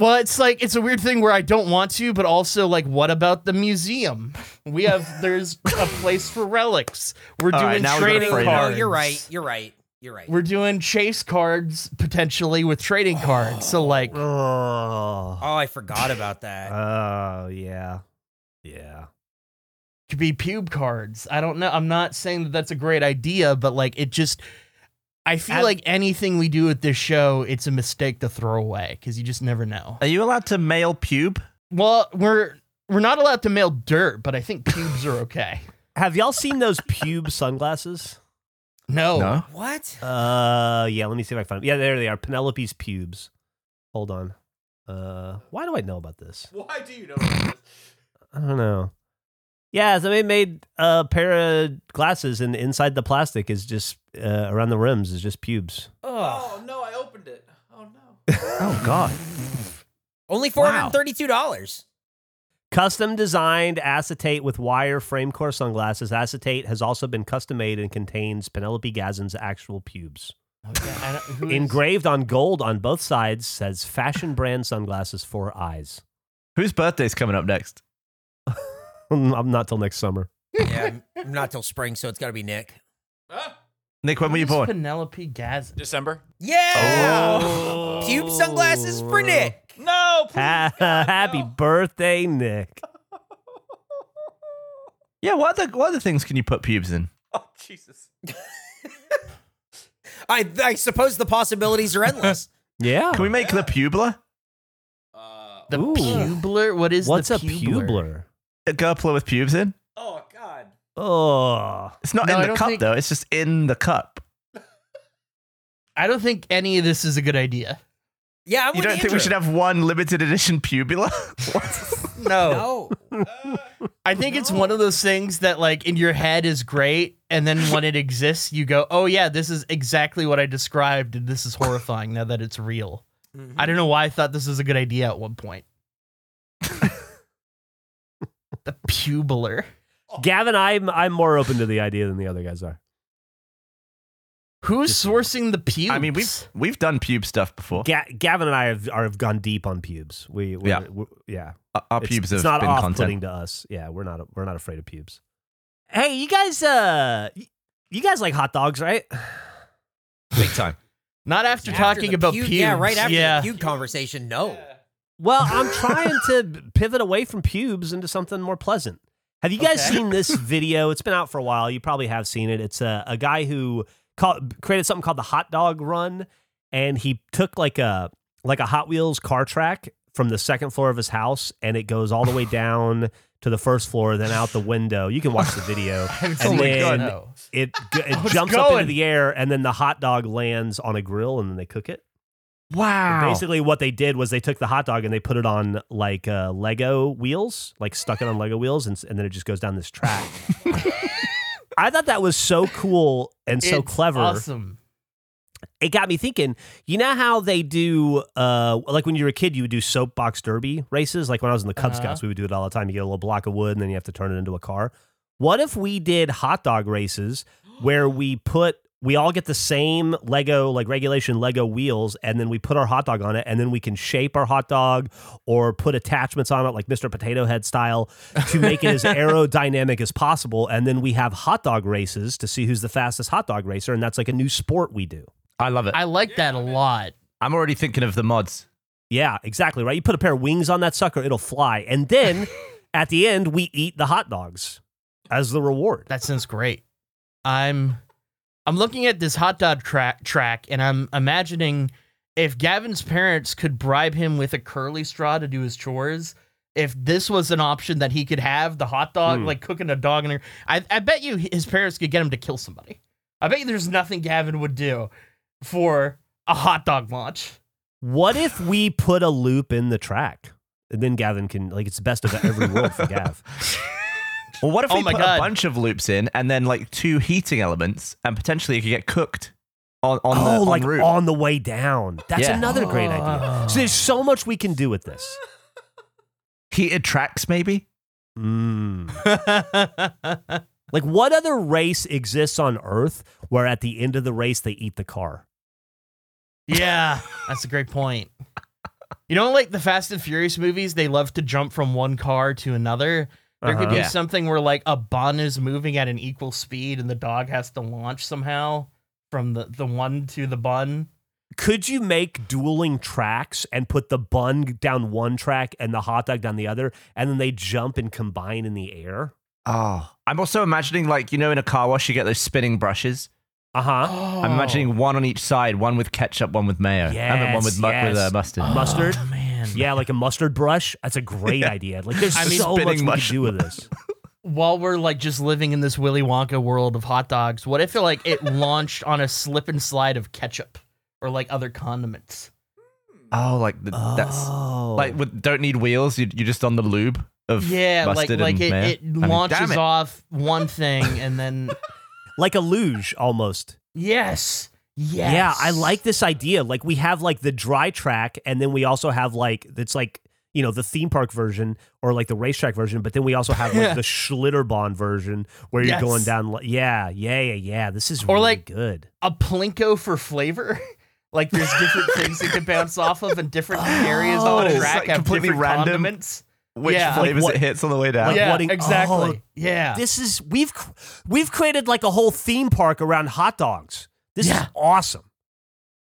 Well, it's like it's a weird thing where I don't want to, but also like, what about the museum? We have there's a place for relics. We're
All right,
doing
now we've got to
trading
frame it.
cards.
Oh, you're right. You're right. You're right.
We're doing chase cards potentially with trading cards. So like,
Oh,
oh, I forgot about that.
oh yeah, yeah.
could be pube cards. I don't know. I'm not saying that that's a great idea, but like, it just. I feel
Have-
like anything we do at this show, it's a mistake to throw away because you just never know.
Are you allowed to mail pube?
Well, we're we're not allowed to mail dirt, but I think pubes are okay.
Have y'all seen those pube sunglasses?
No.
What?
Uh, yeah. Let me see if I can find. 'em. Yeah, there they are. Penelope's pubes. Hold on. Uh, why do I know about this?
Why do you know this?
I don't know. Yeah, somebody made a pair of glasses, and inside the plastic is just uh, around the rims is just pubes.
Oh.
Oh no, I opened it. Oh no.
Oh god!
Only four hundred
Wow.
and thirty-two dollars.
Custom designed acetate with wire frame core sunglasses. Acetate has also been custom made and contains Penelope Gazin's actual pubes.
Oh, yeah, I don't- who is-
Engraved on gold on both sides says fashion brand sunglasses for eyes.
Whose birthday's coming up next?
I'm not till next summer.
Yeah, I'm not till spring, so it's got to be Nick.
Huh?
Nick, when were you
Who's
born?
Penelope Gazin.
December.
Yeah.
Oh.
Pube sunglasses
Oh.
for Nick.
No. Please,
Ha-
God,
Happy
no.
birthday, Nick.
Yeah, what other what other things can you put pubes in?
Oh Jesus.
I I suppose the possibilities are endless.
Yeah.
Can we
Oh,
make the publer?
Uh,
The
Ooh.
publer? What is
What's
the
a publer?
A gurpler with pubes in?
oh God.
Oh.
It's not
No, I
in the
don't
cup
think-
though. It's just in the cup.
I don't think any of this is a good idea.
Yeah, I'm
You
with
don't think we
Andrew.
should have one limited edition pubula?
No.
No.
I think it's one of those things that like in your head is great and then when it exists you go, "Oh yeah, this is exactly what I described and this is horrifying now that it's real." I don't know why I thought this was a good idea at one point. the publer.
Gavin, I'm I'm more open to the idea than the other guys are.
Who's
Just-
sourcing the pubes?
I mean, we've we've done pube stuff before.
Ga- Gavin and I have are, have gone deep on pubes. We, we
Yeah.
we- yeah.
Our- Our
It's-
pubes
it's,
have
not
been
off-putting
content.
to us. Yeah, we're not we're not afraid of pubes. Hey, you guys, uh, y- you guys like hot dogs, right?
Big time.
not after,
After
talking
the
about
pube-
pubes.
Yeah, right after
Yeah.
the pube conversation. No.
Well, I'm trying to pivot away from pubes into something more pleasant. Have you guys
Okay.
seen this video? It's been out for a while. You probably have seen it. It's a, a guy who call, created something called the hot dog run, and he took like a like a Hot Wheels car track from the second floor of his house, and it goes all the way down to the first floor, then out the window. You can watch the video.
oh
And
my
then
god, no.
It g- it
Oh, it's
jumps up into
going.
the air, and then the hot dog lands on a grill, and then they cook it. And
Wow.
Basically, what they did was they took the hot dog and they put it on like uh, Lego wheels, like stuck it on Lego wheels, and, s- and then it just goes down this track. I thought that was so cool and so
It's
clever.
Awesome.
It got me thinking. You know how they do, uh, like when you were a kid, you would do soapbox derby races. Like when I was in the Cub
Uh-huh.
Scouts, we would do it all the time. You get a little block of wood, and then you have to turn it into a car. What if we did hot dog races where we put we all get the same Lego like regulation Lego wheels and then we put our hot dog on it and then we can shape our hot dog or put attachments on it like Mr. Potato Head style to make it as aerodynamic as possible and then we have hot dog races to see who's the fastest hot dog racer and that's like a new sport we do.
I love it.
I like that a lot.
I'm already thinking of the mods.
Yeah, exactly, right? You put a pair of wings on that sucker, it'll fly. And then at the end we eat the hot dogs as the reward.
That sounds great. I'm I'm looking at this hot dog track track and I'm imagining if Gavin's parents could bribe him with a curly straw to do his chores, if this was an option that he could have, the hot dog,
Hmm.
like cooking a dog in a, I, I bet you his parents could get him to kill somebody. I bet you there's nothing Gavin would do for a hot dog launch.
What if we put a loop in the track? And then Gavin can like it's the best of every world for Gav.
Well, what if
Oh
we
my
put
God.
a bunch of loops in and then like two heating elements and potentially it could get cooked on on
oh,
the
like
on route.
on the way down. That's
Yeah. Ah.
another great idea.
Oh.
So there's so much we can do with this.
heated tracks maybe.
Mm. Like what other race exists on Earth where at the end of the race they eat the car?
Yeah, that's a great point. You know, like the Fast and Furious movies, they love to jump from one car to another. There could be
Uh-huh. Yeah.
something where like a bun is moving at an equal speed and the dog has to launch somehow from the, the one to the bun.
Could you make dueling tracks and put the bun down one track and the hot dog down the other, and then they jump and combine in the air?
Oh, I'm also imagining like you know in a car wash you get those spinning brushes.
Uh huh.
Oh.
I'm imagining one on each side, one with ketchup, one with mayo, and then one
Yes,
with, mu- with uh,
yes.
mustard.
Uh-huh.
Oh. mustard.
man.
Yeah, like a mustard brush. That's a great
Yeah.
idea. Like there's
I mean,
so much
spinning
we
mush-
can do with this.
While we're like just living in this Willy Wonka world of hot dogs, what if like it launched on a slip and slide of ketchup or like other condiments?
Oh, like the, that's
Oh.
like with, don't need wheels. You, you're just on the lube of
Yeah, like
mustard
like
and
it,
mayo.
it
mean,
launches
damn it.
off one thing and then
like a luge almost.
Yes. Yes.
Yeah, I like this idea. Like we have like the dry track, and then we also have like it's like you know the theme park version or like the racetrack version, but then we also have like the Schlitterbahn version where you're
Yes.
going down. Li- yeah, yeah, yeah, yeah. This is
Or,
really
like-
good.
a plinko for flavor. Like there's different things you can bounce off of, and different areas
Oh,
on
it's
a track
like
have
completely
different
random.
condiments.
Which
yeah, like
flavors
what-
it hits on the way down?
Like
yeah,
Uh, what in-
exactly.
oh,
yeah,
This is we've cr- we've created like a whole theme park around hot dogs. This
Yeah.
is awesome.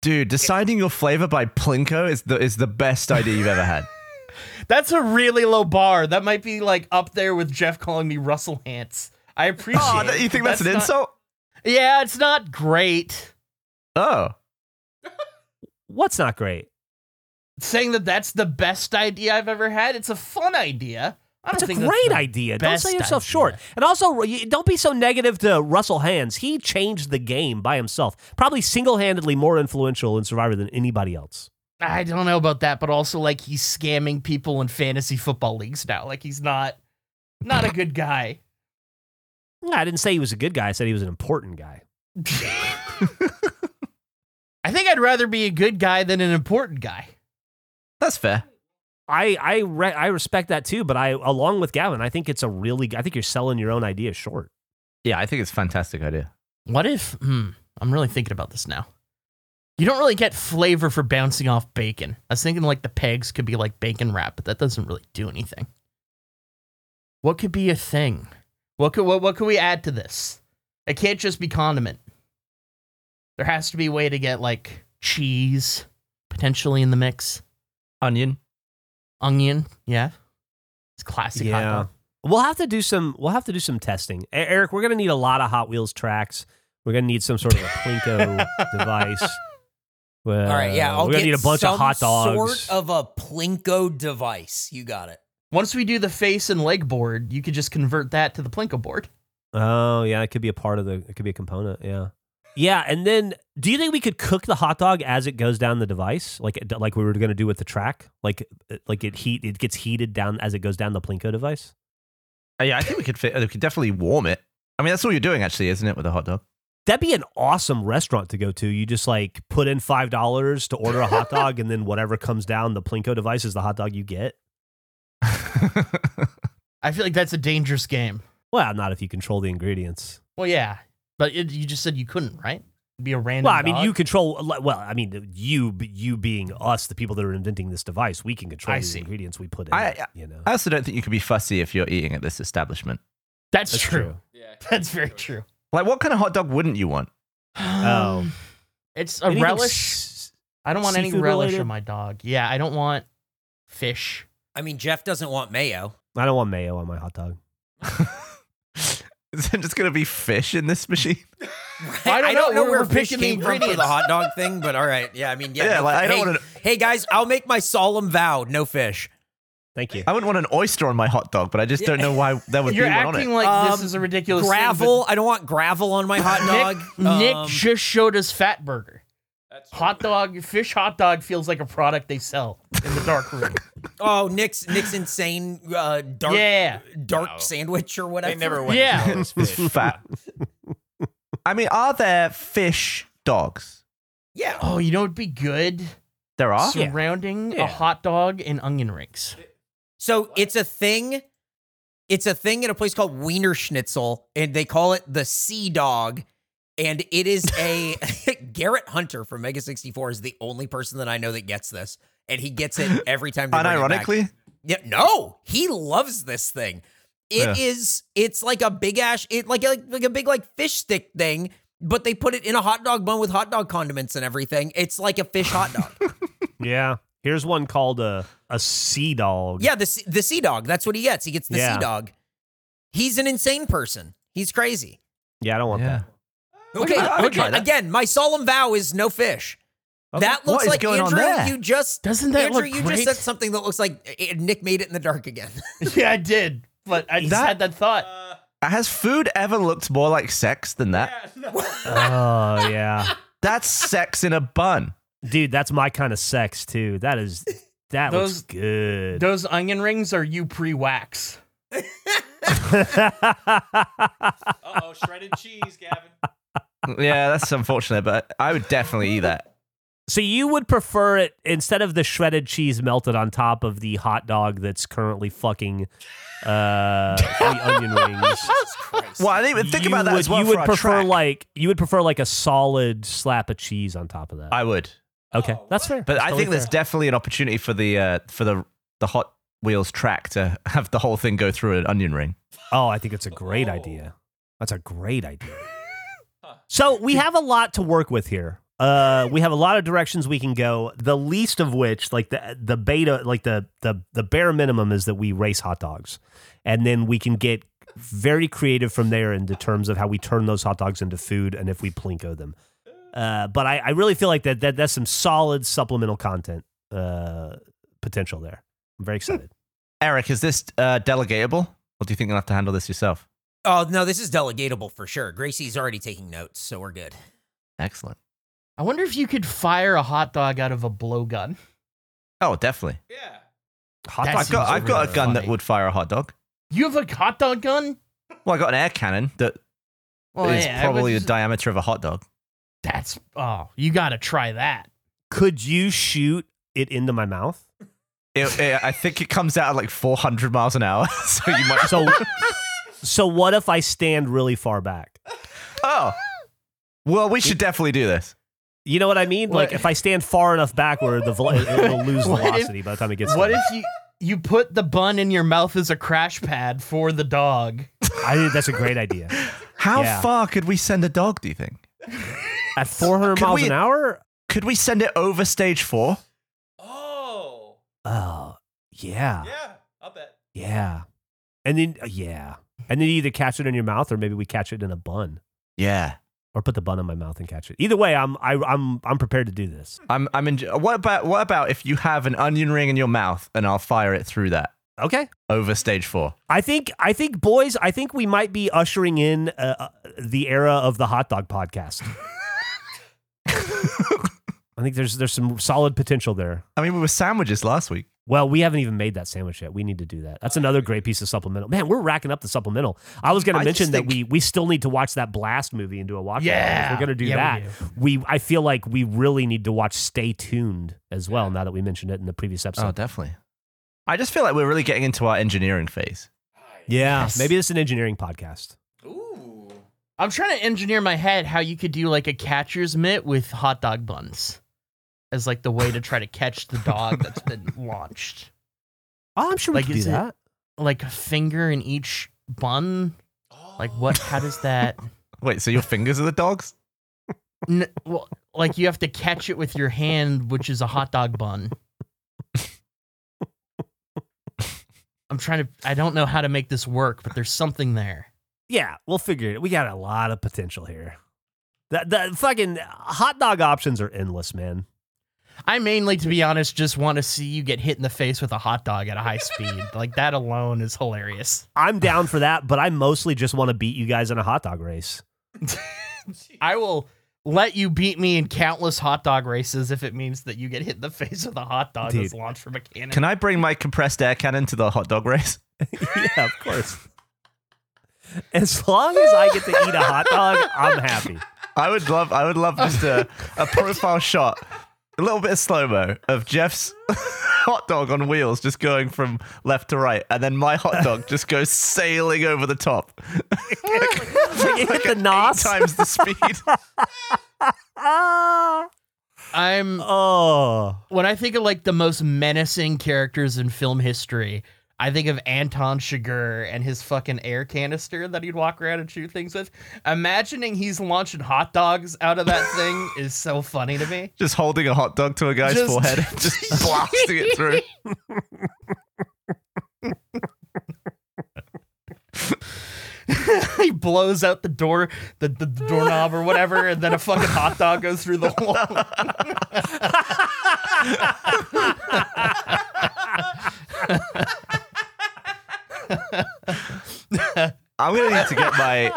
Dude, deciding your flavor by plinko is the is the best idea you've ever had.
that's a really low bar. That might be like up there with Jeff calling me Russell Hance. I appreciate.
oh,
it,
that- you think
but
that's, an
not-
insult?
Yeah, it's not great.
Oh,
What's not great?
Saying that that's the best idea I've ever had. It's a fun idea. I
It's
don't
a
think
great
that's the-
idea. Don't sell
best
yourself
idea.
short. And also, r- you- don't be so negative to Russell Hands. He changed the game by himself. Probably single handedly more influential in Survivor than anybody else.
I don't know about that, but also like he's scamming people in fantasy football leagues now. Like he's not not a good guy.
No, I didn't say he was a good guy. I said he was an important guy.
I think I'd rather be a good guy than an important guy.
that's fair.
I I re- I respect that too, but I along with Gavin, I think it's a really I think you're selling your own idea short.
Yeah, I think it's a fantastic idea.
What if? Hmm, I'm really thinking about this now. You don't really get flavor for bouncing off bacon. I was thinking like the pegs could be like bacon wrap, but that doesn't really do anything. What could be a thing? What could what, what could we add to this? It can't just be condiment. There has to be a way to get like cheese potentially in the mix.
Onion.
Onion, yeah. It's classic hot dog.
We'll have to do some we'll have to do some testing. E- Eric, we're going to need a lot of Hot Wheels tracks. We're going to need some sort of a plinko device. Well,
All right, yeah, I'll
we're gonna
get
need a bunch
some
of hot dogs.
sort of a plinko device. You got it.
Once we do the face and leg board, you could just convert that to the plinko board.
oh, yeah, it could be a part of the it could be a component, yeah. Yeah, and then do you think we could cook the hot dog as it goes down the device? Like like we were going to do with the track? Like uh, like it heat it gets heated down as it goes down the plinko device?
Uh, yeah, I think we could fit. We could definitely warm it. I mean, that's all you're doing, actually, isn't it, with a hot dog?
That'd be an awesome restaurant to go to. You just like put in five dollars to order a hot dog, and then whatever comes down the plinko device is the hot dog you get.
I feel like that's a dangerous game.
Well, not if you control the ingredients.
Well, yeah, but it, you just said you couldn't, right? It'd be a random.
Well, I mean,
dog.
you control. Well, I mean, you you being us, the people that are inventing this device, we can control
I
the
see.
ingredients we put in.
I-
it, you know,
I also don't think you could be fussy if you're eating at this establishment.
That's,
That's
true.
true.
Yeah.
That's very true.
Like, what kind of hot dog wouldn't you want? Um,
Oh.
it's a
Anything
relish.
s-
I don't want any
seafood
relish
related?
in my dog. Yeah, I don't want fish.
I mean, Jeff doesn't want mayo.
I don't want mayo on my hot dog.
Is it just going to be fish in this machine?
Right?
I don't know. We're-
where
we're
fish
picking
came
the
from for the
ingredients.
hot dog thing, but all right. Yeah, I mean, yeah.
Yeah,
no-
like, I don't
hey,
wanna-
Hey guys, I'll make my solemn vow: no fish.
Thank you.
I wouldn't want an oyster on my hot dog, but I just don't know why there would
You're
be one on it.
acting like this
Um,
is a ridiculous
gravel.
Thing,
I don't want gravel on my hot
but
dog.
Nick, Nick
Um,
just showed us fat burger.
That's true.
Hot dog, fish hot dog feels like a product they sell in the dark room.
oh, Nick's Nick's insane uh, dark
yeah,
dark
No.
sandwich or whatever.
They never went.
Yeah.
to all this
It's fat. I mean, are there fish dogs?
Yeah.
Oh, you know it'd be good
There are.
surrounding
Yeah.
a hot dog and onion rings.
So it's a thing. It's a thing at a place called Wiener Schnitzel, and they call it the Sea Dog. And it is a Garrett Hunter from Mega sixty four is the only person that I know that gets this, and he gets it every time. they bring it back.
Unironically,
Yeah, no, he loves this thing.
Yeah.
It is. It's like a big ash. It like like like a big like fish stick thing, but they put it in a hot dog bun with hot dog condiments and everything. It's like a fish hot dog.
Yeah. Here's one called a a sea dog.
yeah, the sea- the sea dog. That's what he gets. He gets the
Yeah.
sea dog. He's an insane person. He's crazy.
Yeah. I don't want
Yeah.
that.
Okay,
I would try
okay,
that.
again, my solemn vow is no fish.
Okay.
That
What
looks
is
like
going on
Andrew.
there?
You just
Doesn't that
Andrew.
look
You
great?
just said something that looks like eh, Nick made it in the dark again.
yeah, I did, but I just
That-
had that thought.
Uh,
has food ever looked more like sex than that?
yeah, no.
Oh yeah.
That's sex in a bun.
Dude, that's my kind of sex too. That is that
Those-
looks good.
Those onion rings are you pre-wax.
Uh-oh, shredded cheese, Gavin.
Yeah, that's unfortunate, but I would definitely eat that.
so you would prefer it instead of the shredded cheese melted on top of the hot dog that's currently fucking uh the onion rings.
Jesus Christ.
Well, I think, think
you
about that
would,
as well.
You
for
would
our
prefer
track.
like you would prefer like a solid slap of cheese on top of that.
I would,
okay,
Oh,
that's
what?
fair.
but
That's
I
totally
think there's
fair.
definitely an opportunity for the uh, for the the Hot Wheels track to have the whole thing go through an onion ring.
Oh, I think it's a great
Oh.
idea. That's a great idea.
Huh.
So we have a lot to work with here. Uh, we have a lot of directions we can go. The least of which, like the the beta, like the the the bare minimum, is that we race hot dogs, and then we can get very creative from there in the terms of how we turn those hot dogs into food and if we plinko them. Uh, but I, I really feel like that, that that's some solid supplemental content uh, potential there. I'm very excited.
Eric, is this uh, delegatable, or do you think you'll have to handle this yourself?
Oh no, this is delegatable for sure. Gracie's already taking notes, so we're good.
Excellent.
I wonder if you could fire a hot dog out of a blowgun.
Oh, definitely.
Yeah.
Hot
That
dog.
I've got,
seems
I've got a
really
gun that
funny.
would fire a hot dog.
You have a hot dog gun?
Well, I got an air cannon that is Oh,
Well, yeah, I would
probably
just-
the diameter of a hot dog.
That's oh, you got to try that.
Could you shoot it into my mouth?
It, it- I think it comes out at like 400 miles an hour. So you might.
So, so what if I stand really far back?
Oh. Well, we should definitely do this.
You know what I mean? Like
What-
if I stand far enough backward, the velo- it'll lose
What if-
velocity by the time it gets.
What
there.
if you you put the bun in your mouth as a crash pad for the dog?
I think that's a great idea.
How
Yeah.
far could we send a dog, do you think?
At 400
Could
miles
we-
an hour?
Could we send it over stage four?
Oh,
Oh, yeah,
yeah. I'll bet.
yeah, and then uh, yeah, and then you either catch it in your mouth or maybe we catch it in a bun
Yeah.
or put the bun in my mouth and catch it. Either way, I'm I, I'm I'm prepared to do this.
I'm I'm in what about what about if you have an onion ring in your mouth and I'll fire it through that
Okay.
over stage four?
I think I think boys, I think we might be ushering in uh, uh, the era of the hot dog podcast. I think there's there's some solid potential there.
I mean, we were sandwiches last week.
Well, we haven't even made that sandwich yet. We need to do that. That's another great piece of supplemental. Man, we're racking up the supplemental. I was going
I
to mention
just
that
think-
we we still need to watch that Blast movie and do a watch. along. If we're going to do
Yeah, we
that. We, I feel like we really need to watch Stay Tuned as well. Now that we mentioned it in the previous episode.
Oh, definitely. I just feel like we're really getting into our engineering phase.
yeah,
Yes.
maybe it's an engineering podcast.
Ooh.
I'm trying to engineer in my head how you could do like a catcher's mitt with hot dog buns as like the way to try to catch the dog that's been launched.
Oh, I'm sure
Like,
we can do
is it-
that.
Like a finger in each bun. Like what? How does that?
Wait, so your fingers are the dogs?
N- well, like you have to catch it with your hand, which is a hot dog bun. I'm trying to. I don't know how to make this work, but there's something there.
Yeah, we'll figure it. We got a lot of potential here. That the fucking hot dog options are endless, man.
I mainly, to be honest, just want to see you get hit in the face with a hot dog at a high speed. Like that alone is hilarious.
I'm down for that, but I mostly just want to beat you guys in a hot dog race.
I will let you beat me in countless hot dog races if it means that you get hit in the face with a hot dog
Dude.
that's launched from a cannon.
Can I bring my compressed air cannon to the hot dog race?
yeah, of course. As long as I get to eat a hot dog, I'm happy.
I would love, I would love just a, a profile shot, a little bit of slow mo of Jeff's hot dog on wheels just going from left to right, and then my hot dog just goes sailing over the top,
Hit the
eight
nos.
times the speed.
Ah,
I'm
oh,
when I think of like the most menacing characters in film history, I think of Anton Chigurh and his fucking air canister that he'd walk around and shoot things with. Imagining he's launching hot dogs out of that thing is so funny to me.
Just holding a hot dog to a guy's
Just-
forehead, just blasting it through.
he blows out the door, the, the, the doorknob or whatever, and then a fucking hot dog goes through the wall.
I'm gonna need to get my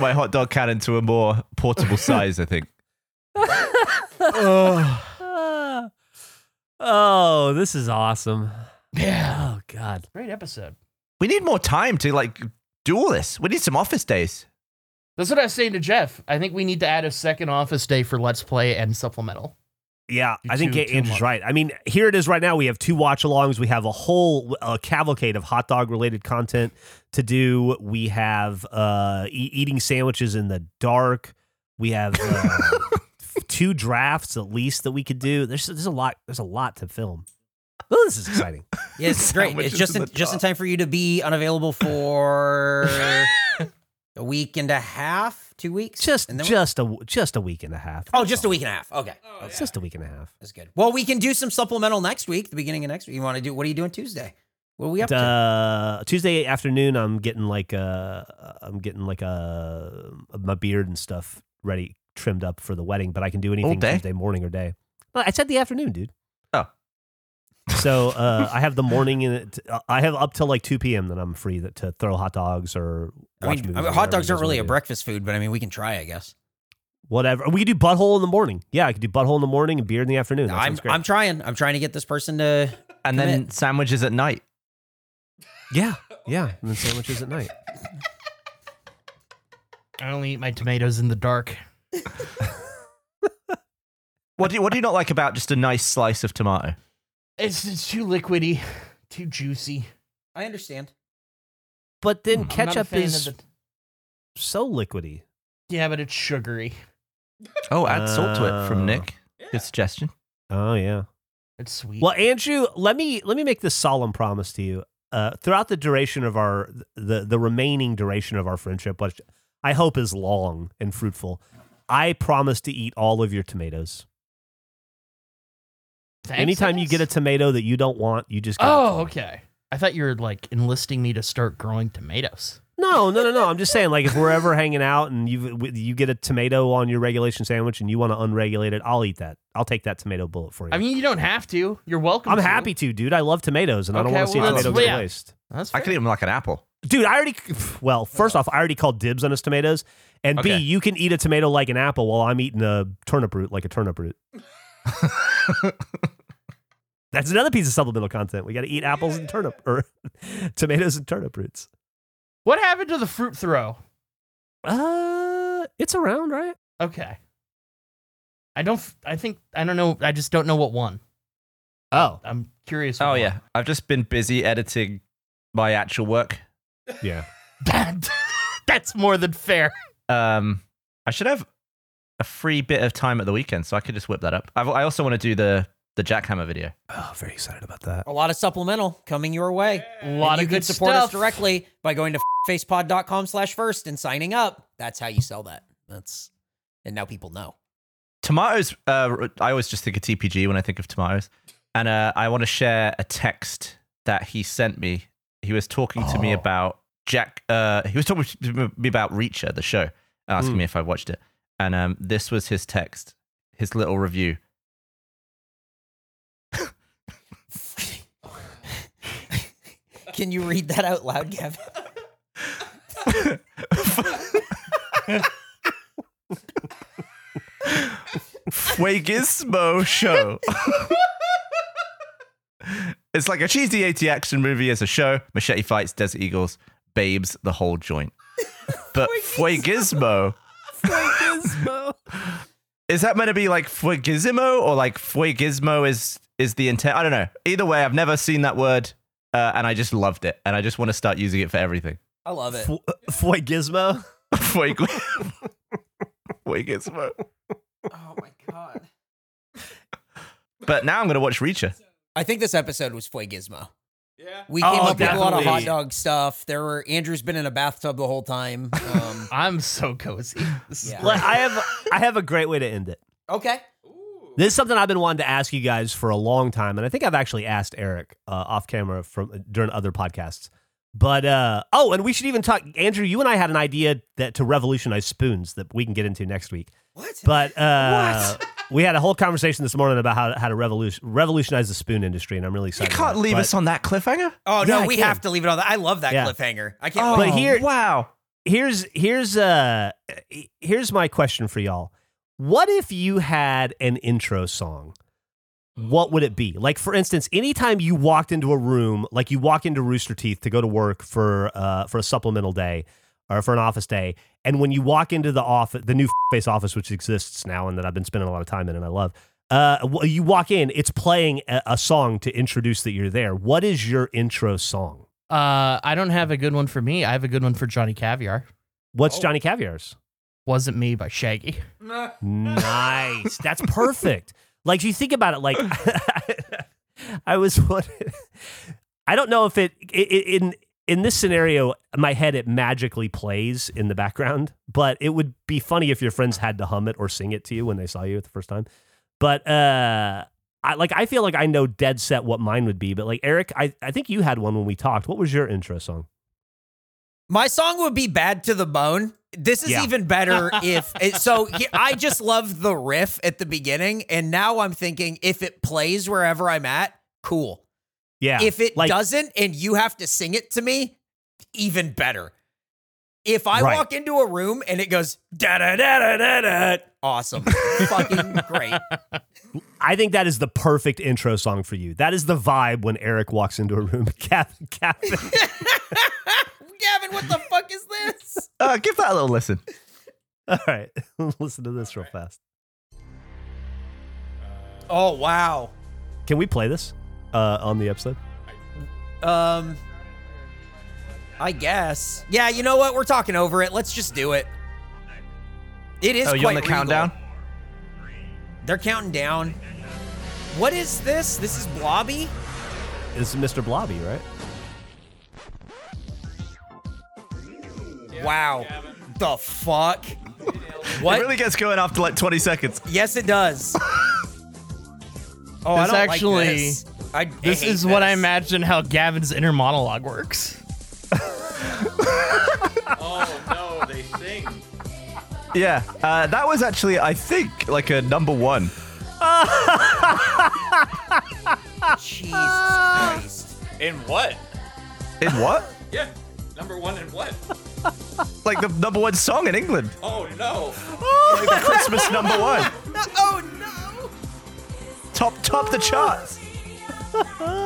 my hot dog cannon to a more portable size. I think.
Ah. oh, this is awesome.
Yeah.
Oh God.
Great episode.
We need more time to like do all this. We need some office days.
That's what I was saying to Jeff. I think we need to add a second office day for Let's Play and supplemental.
Yeah,
You
I think
two-
A-
two
Andrew's
month.
right. I mean, here it is right now. We have two watch alongs. We have a whole uh, cavalcade of hot dog related content to do. We have uh, e- eating sandwiches in the dark. We have uh, f- two drafts at least that we could do. There's there's a lot. There's a lot to film. Oh, this is exciting.
Yeah, it's great. It's
Sandwiches
just
in
in,
the
just in
top.
time for you to be unavailable for a week and a half, two weeks.
Just
And then we-
just a just a week and a half.
oh, just a week and a half. Okay,
Oh,
It's
yeah.
just a week and a half.
that's good. Well, we can do some supplemental next week, the beginning of next week. You want to do? What are you doing Tuesday? What are we up to?
Uh, Tuesday afternoon, I'm getting like a, I'm getting like a my beard and stuff ready, trimmed up for the wedding. But I can do anything
day?
Tuesday morning or day. Well, I said the afternoon, dude.
Oh.
So uh, I have the morning and it- uh, I have up till like two p.m. Then I'm free that, to throw hot dogs or
I
watch
mean,
movies
I mean,
or
hot
whatever
dogs
it
aren't
is
really a
we do.
breakfast food, but I mean, we can try, I guess.
Whatever we could do, butthole in the morning. Yeah, I could do butthole in the morning and beard in the afternoon. That
I'm
sounds great.
I'm trying. I'm trying to get this person to.
And then sandwiches at night.
yeah, yeah, and then sandwiches at night.
I only eat my tomatoes in the dark.
What do you, what do you not like about just a nice slice of tomato?
It's it's too liquidy, too juicy.
I understand.
But then
I'm
I'm not a
ketchup
fan of
is
the-
so liquidy.
yeah, but it's sugary.
Oh, add salt to it
Oh.
from Nick.
Yeah.
Good suggestion.
Oh yeah.
It's sweet.
Well, Andrew, let me let me make this solemn promise to you. Uh, throughout the duration of our the the remaining duration of our friendship, which I hope is long and fruitful, I promise to eat all of your tomatoes.
Thanks,
Anytime
I
you
guess?
get a tomato that you don't want, you just give it to
Oh,
me.
okay. I thought you were like enlisting me to start growing tomatoes.
No, no, no, no. I'm just saying, like, if we're ever hanging out and you you get a tomato on your regulation sandwich and you want to unregulate it, I'll eat that. I'll take that tomato bullet for you.
I mean, you don't have to. You're welcome.
I'm
to.
happy to, dude. I love tomatoes, and I don't
Okay,
want to see
well,
a tomato
that's-
get
yeah.
waste.
That's
I could eat
fair.
them like an apple.
Dude, I already well, first off, I already called dibs on his tomatoes. And
Okay.
B, you can eat a tomato like an apple while I'm eating a turnip root like a turnip root. That's another piece of supplemental content. We got to eat apples and turnip or tomatoes and turnip roots.
What happened to the fruit throw?
Uh, it's around, right?
Okay. I don't. f- I think I don't know. I just don't know what one.
Oh,
I'm curious. what
Oh
one.
yeah, I've just been busy editing my actual work.
yeah.
That- that's more than fair.
Um, I should have a free bit of time at the weekend, so I could just whip that up. I've, I also want to do the the jackhammer video.
Oh, very excited about that.
A lot of supplemental coming your way.
A lot
And you
of
can
good
support
stuff.
us directly by going to facepod.com slash first and signing up. That's how you sell that. That's and now people know.
Tomatoes. Uh, I always just think of TPG when I think of tomatoes, and uh, I want to share a text that he sent me. He was talking to me
Oh.
about Jack. Uh, he was talking to me about Reacher, the show, asking
Mm.
me if I watched it, and um, this was his text, his little review.
Can you read that out loud, Gavin?
Fuegismo show. it's like a cheesy 80 action movie as a show. Machete fights, Desert Eagles, Babes, the whole joint. But Fuegismo. Is that meant to be like Fuegismo or like Fuegismo is is the intent? I don't know. Either way, I've never seen that word uh, and I just loved it. And I just want to start using it for everything.
I love it.
Foy Gizmo.
Fuego. Fuegismo.
Oh my god.
But now I'm going to watch Reacher.
I think this episode was Fuegismo.
Yeah.
We
Oh,
came up with a lot of hot
definitely.
dog stuff. There were Andrew's been in a bathtub the whole time. Um,
I'm so cozy. This is
Yeah.
Like, I have I have a great way to end it.
okay.
Ooh.
This is something I've been wanting to ask you guys for a long time, and I think I've actually asked Eric uh, off camera from during other podcasts. But uh, oh, and we should even talk, Andrew. You and I had an idea that to revolutionize spoons that we can get into next week.
What?
But uh, we had a whole conversation this morning about how, how to revolution, revolutionize the spoon industry, and I'm really
You
excited.
can't
about it.
leave
But-
us on that cliffhanger.
oh
Yeah,
no,
I
we
can.
have to leave it on. That. I love that
Yeah. Oh,
cliffhanger. I can't.
but
wait.
here-
wow.
here's here's uh here's my question for y'all what if you had an intro song what would it be like for instance anytime you walked into a room like you walk into rooster teeth to go to work for uh for a supplemental day or for an office day and when you walk into the office the new face office which exists now and that i've been spending a lot of time in and i love uh wh- you walk in it's playing a, a song to introduce that you're there what is your intro song
Uh, I don't have a good one for me. I have a good one for Johnny Caviar.
what's
Oh.
johnny caviar's
Wasn't me by Shaggy.
Nah.
Nice. That's perfect. like you think about it, like I was what I don't know if it, i i- in in this scenario, in my head it magically plays in the background, but it would be funny if your friends had to hum it or sing it to you when they saw you the first time. But uh I like I feel like I know dead set what mine would be, but like Eric, I, I think you had one when we talked. What was your intro song?
My song would be bad to the bone. This is
Yeah.
even better if it- so. he- I just love the riff at the beginning, and now I'm thinking if it plays wherever I'm at, cool.
Yeah.
If it
like,
doesn't, and you have to sing it to me, even better. If I
Right.
walk into a room and it goes da da da da da da, awesome, fucking great.
I think that is the perfect intro song for you. That is the vibe when Eric walks into a room. Gavin, Gavin,
Gavin, what the fuck is this?
Uh, give that a little listen.
All right, listen to this real fast.
Oh wow.
Can we play this? uh, on the episode?
Um, I guess. Yeah, you know what? We're talking over it. Let's just do it. It is.
oh, you
quite
on the
regal.
countdown?
They're counting down. What is this? This is Blobby.
This is Mr. Blobby, right?
wow. The fuck. what?
It really gets going after like 20 seconds.
yes, it does. oh, I
This
don't
actually-
Like this. I, I
This
hate
is what I
this.
imagine how Gavin's inner monologue works.
Oh no, they sing.
Yeah, uh, that was actually, I think, like a number one.
Jesus Christ.
In what?
In what?
Yeah. Number one in what?
like the number one song in England.
Oh no.
Like the Christmas number one.
Oh no.
Top, top the charts.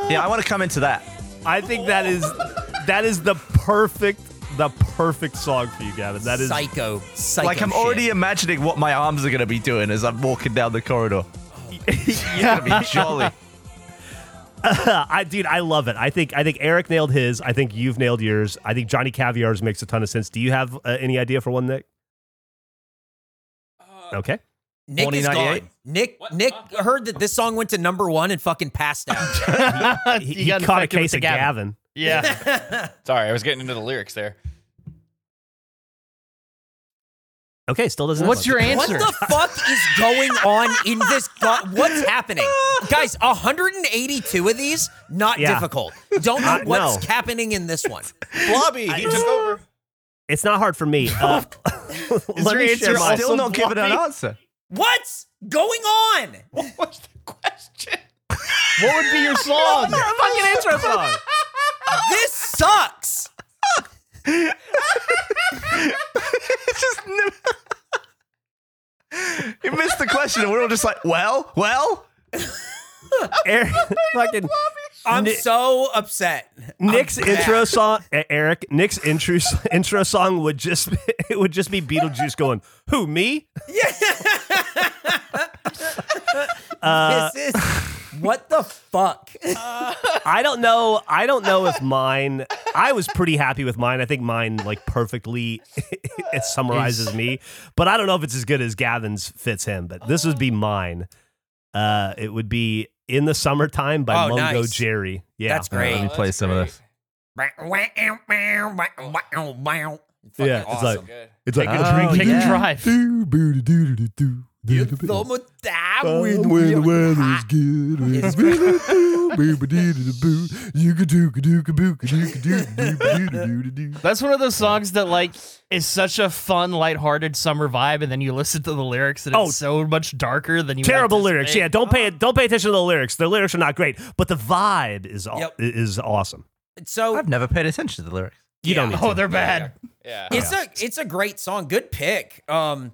Yeah, I want to come into that.
I think that is that is the perfect the perfect song for you, Gavin. That is
psycho. Psycho.
like oh, I'm
shit.
already imagining what my arms are gonna be doing as I'm walking down the corridor. It's gonna be jolly.
I dude, I love it. I think I think Eric nailed his. I think you've nailed yours. I think Johnny Caviar's makes a ton of sense. Do you have uh, any idea for one, Nick? Okay.
Nick is gone.
2098?
Nick
What?
Nick heard that this song went to number one and fucking passed out.
He,
You
he
got
caught a
infected with
case
the
of Gavin.
Yeah.
Sorry, I was getting into the lyrics there.
Okay, still doesn't.
What's your
What
answer?
the fuck is going on in this? Go- What's happening, guys? 182 of these, not
Yeah.
difficult. Don't know
Uh, no.
what's happening in this one.
Blobby, he took over.
It's not hard for me. Uh,
Is
let
your
me share
answer
my-
still not giving an answer?
What's going on?
What was the question?
what would be your song?
Oh, fucking intro song.
This sucks.
It's just n- you missed the question, and we're all just like, well, well.
Eric, fucking
I'm
Ni-
so upset.
Nick's
I'm
intro
mad.
song, E- Eric. Nick's intro intro song would just it would just be Beetlejuice going, "Who me?" Uh,
this is what the fuck.
I don't know. I don't know if mine. I was pretty happy with mine. I think mine like perfectly it summarizes me. But I don't know if it's as good as Gavin's fits him. But this would be mine. Uh, it would be in the summertime by
Oh,
Mungo
nice.
Jerry. Yeah, Uh,
That's great.
Let me
Oh,
play
that's
some of
great.
this.
Fucking
Yeah, it's like-
awesome.
Good.
It's like
Take a drink,
oh,
Take
yeah.
a drive.
You throw me
Uh,
down
When
with
the
your
weather
hot
is good, when the weather is good, boo-ba-dee-da-da-boo, yooka-dooka-dooka-booka-dooka-doo-da-doo-da-doo-da-doo.
That's one of those songs that like is such a fun, lighthearted summer vibe, and then you listen to the lyrics and
Oh.
it's so much darker than you.
Terrible
anticipate.
lyrics. Yeah, don't pay don't pay attention to the lyrics. The lyrics are not great, but the vibe is aw-
Yep.
is awesome.
So
I've never paid attention to the lyrics.
You don't need
Oh,
to.
they're bad.
Yeah.
it's a it's a great song. Good pick. Um,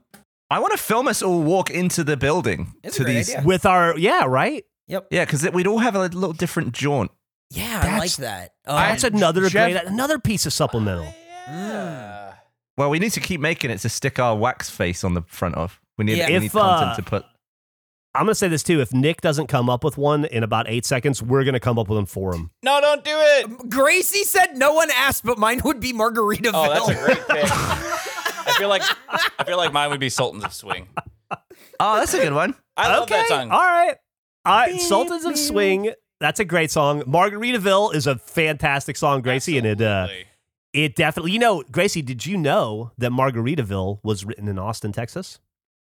I want to film us all walk into the building
That's a
to
great
these.
idea.
with our yeah right.
Yeah, because we'd all have a little different jaunt.
yeah, I
That's-
like that. Um,
That's another
Jeff-
great another piece of supplemental.
Mm.
Well, we need to keep making it to stick our wax face on the front of. We need,
Yeah.
we need
If,
content
uh,
to put.
I'm gonna say this too. If Nick doesn't come up with one in about eight seconds, we're gonna come up with them for him.
No, don't do it.
Gracie said no one asked, but mine would be Margaritaville.
Oh, that's a great pick. I feel like I feel like mine would be Sultans of Swing.
Oh, that's a good one.
I love that
All
song.
right. I, Sultans of Swing. That's a great song. Margaritaville is a fantastic song, Gracie, and it uh,
Absolutely.
it definitely. You know, Gracie, did you know that Margaritaville was written in Austin, Texas?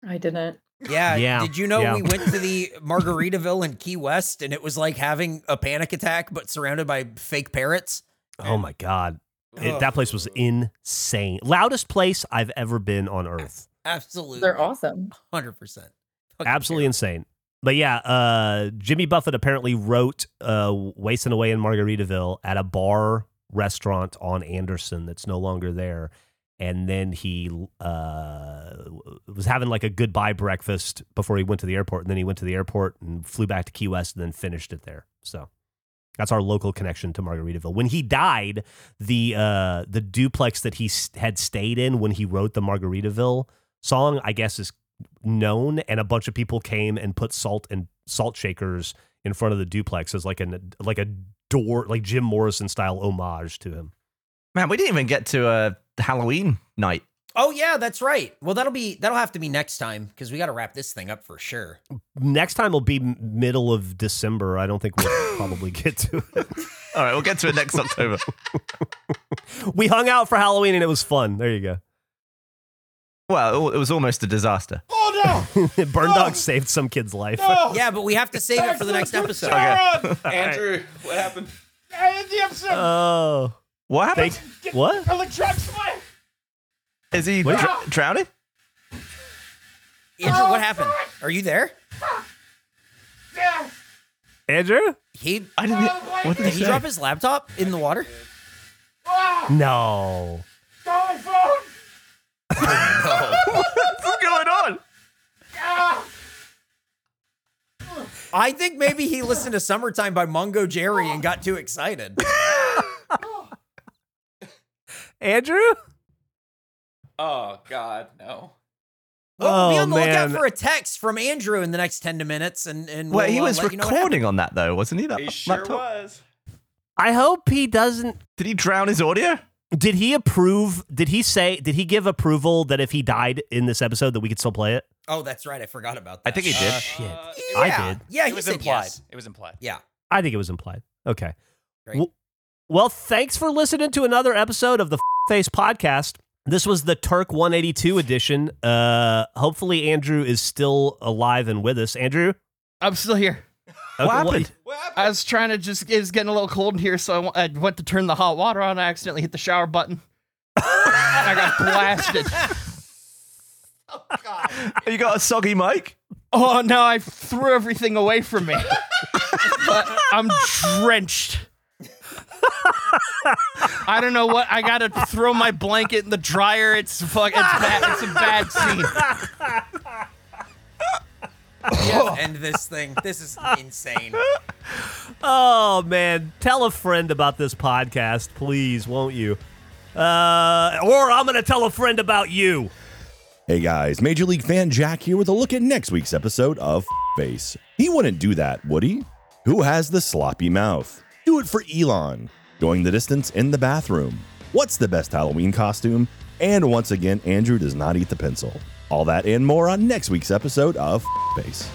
I didn't.
yeah,
Yeah,
Did you know
yeah.
we went to the Margaritaville in Key West and it was like having a panic attack, but surrounded by fake parrots?
Oh my God, it,
Ugh.
that place was insane. Loudest place I've ever been on earth.
Absolutely,
They're awesome.
Hundred percent.
Absolutely insane. But yeah, uh, Jimmy Buffett apparently wrote uh, "Wasting Away in Margaritaville" at a bar restaurant on Anderson that's no longer there, and then he uh, w- was having like a goodbye breakfast before he went to the airport, and then he went to the airport and flew back to Key West, and then finished it there. So that's our local connection to Margaritaville. When he died, the uh, the duplex that he s- had stayed in when he wrote the Margaritaville song, I guess, is known and a bunch of people came and put salt and salt shakers in front of the duplex as like an like a door like Jim Morrison style homage to him.
Man, we didn't even get to a Halloween night.
Oh yeah, that's right. Well, that'll be that'll have to be next time because we got to wrap this thing up for sure.
Next time will be m- middle of December. I don't think we'll probably get to it.
All right, we'll get to it next October.
We hung out for Halloween and it was fun. There you go.
Well, it was almost a disaster.
Oh
Burn Dog saved some kid's life.
no! No!
Yeah, but we have to save it for the next episode.
Sharon! Andrew, what happened?
I had the episode.
Oh,
What happened?
thank what?
Electronics fire.
Is he
Wait.
dr- drowning?
Andrew, what happened? Are you there?
Yeah.
Andrew?
He
I didn't. What did
did
he
he
say?
drop his laptop in the water?
Ah,
No.
stole my phone.
What's going on?
Ah,
I think maybe he listened to "Summertime" by Mungo Jerry and got too excited.
Andrew?
Oh God, no.
Well, we'll be
Oh,
on the lookout
man.
for a text from Andrew in the next ten to minutes, and and
Well,
we'll,
he
uh,
was
let you know what
recording on that though, wasn't he? That
He sure
laptop?
was.
I hope he doesn't.
Did he drown his audio?
Did he approve? Did he say? Did he give approval that if he died in this episode that we could still play it?
happened. Oh, that's right. I forgot about that.
I think he did.
Shit.
Uh,
Yeah.
I did.
Yeah, he
it was
said
implied.
yes.
It was implied.
Yeah.
I think it was implied. Okay.
Great.
W- Well, thanks for listening to another episode of the Face Podcast. This was the Turk 182 edition. Uh, hopefully, Andrew is still alive and with us. Andrew,
I'm still here.
Okay,
what happened?
What happened?
I was trying to just, it was getting a little cold in here, so I wa- I went to turn the hot water on. I accidentally hit the shower button. And I got blasted.
You got a soggy mic?
Oh, no, I threw everything away from me. but I'm drenched. I don't know what I gotta throw my blanket in the dryer. It's fuck. It's bad. It's a bad scene.
Yes, end this thing. This is insane.
Oh man, tell a friend about this podcast, please, won't you? Uh, or I'm gonna tell a friend about you.
Hey guys, Major League fan Jack here with a look at next week's episode of Face. He wouldn't do that, would he? Who has the sloppy mouth? Do it for Elon. Going the distance in the bathroom. What's the best Halloween costume? And once again, Andrew does not eat the pencil. All that and more on next week's episode of Face.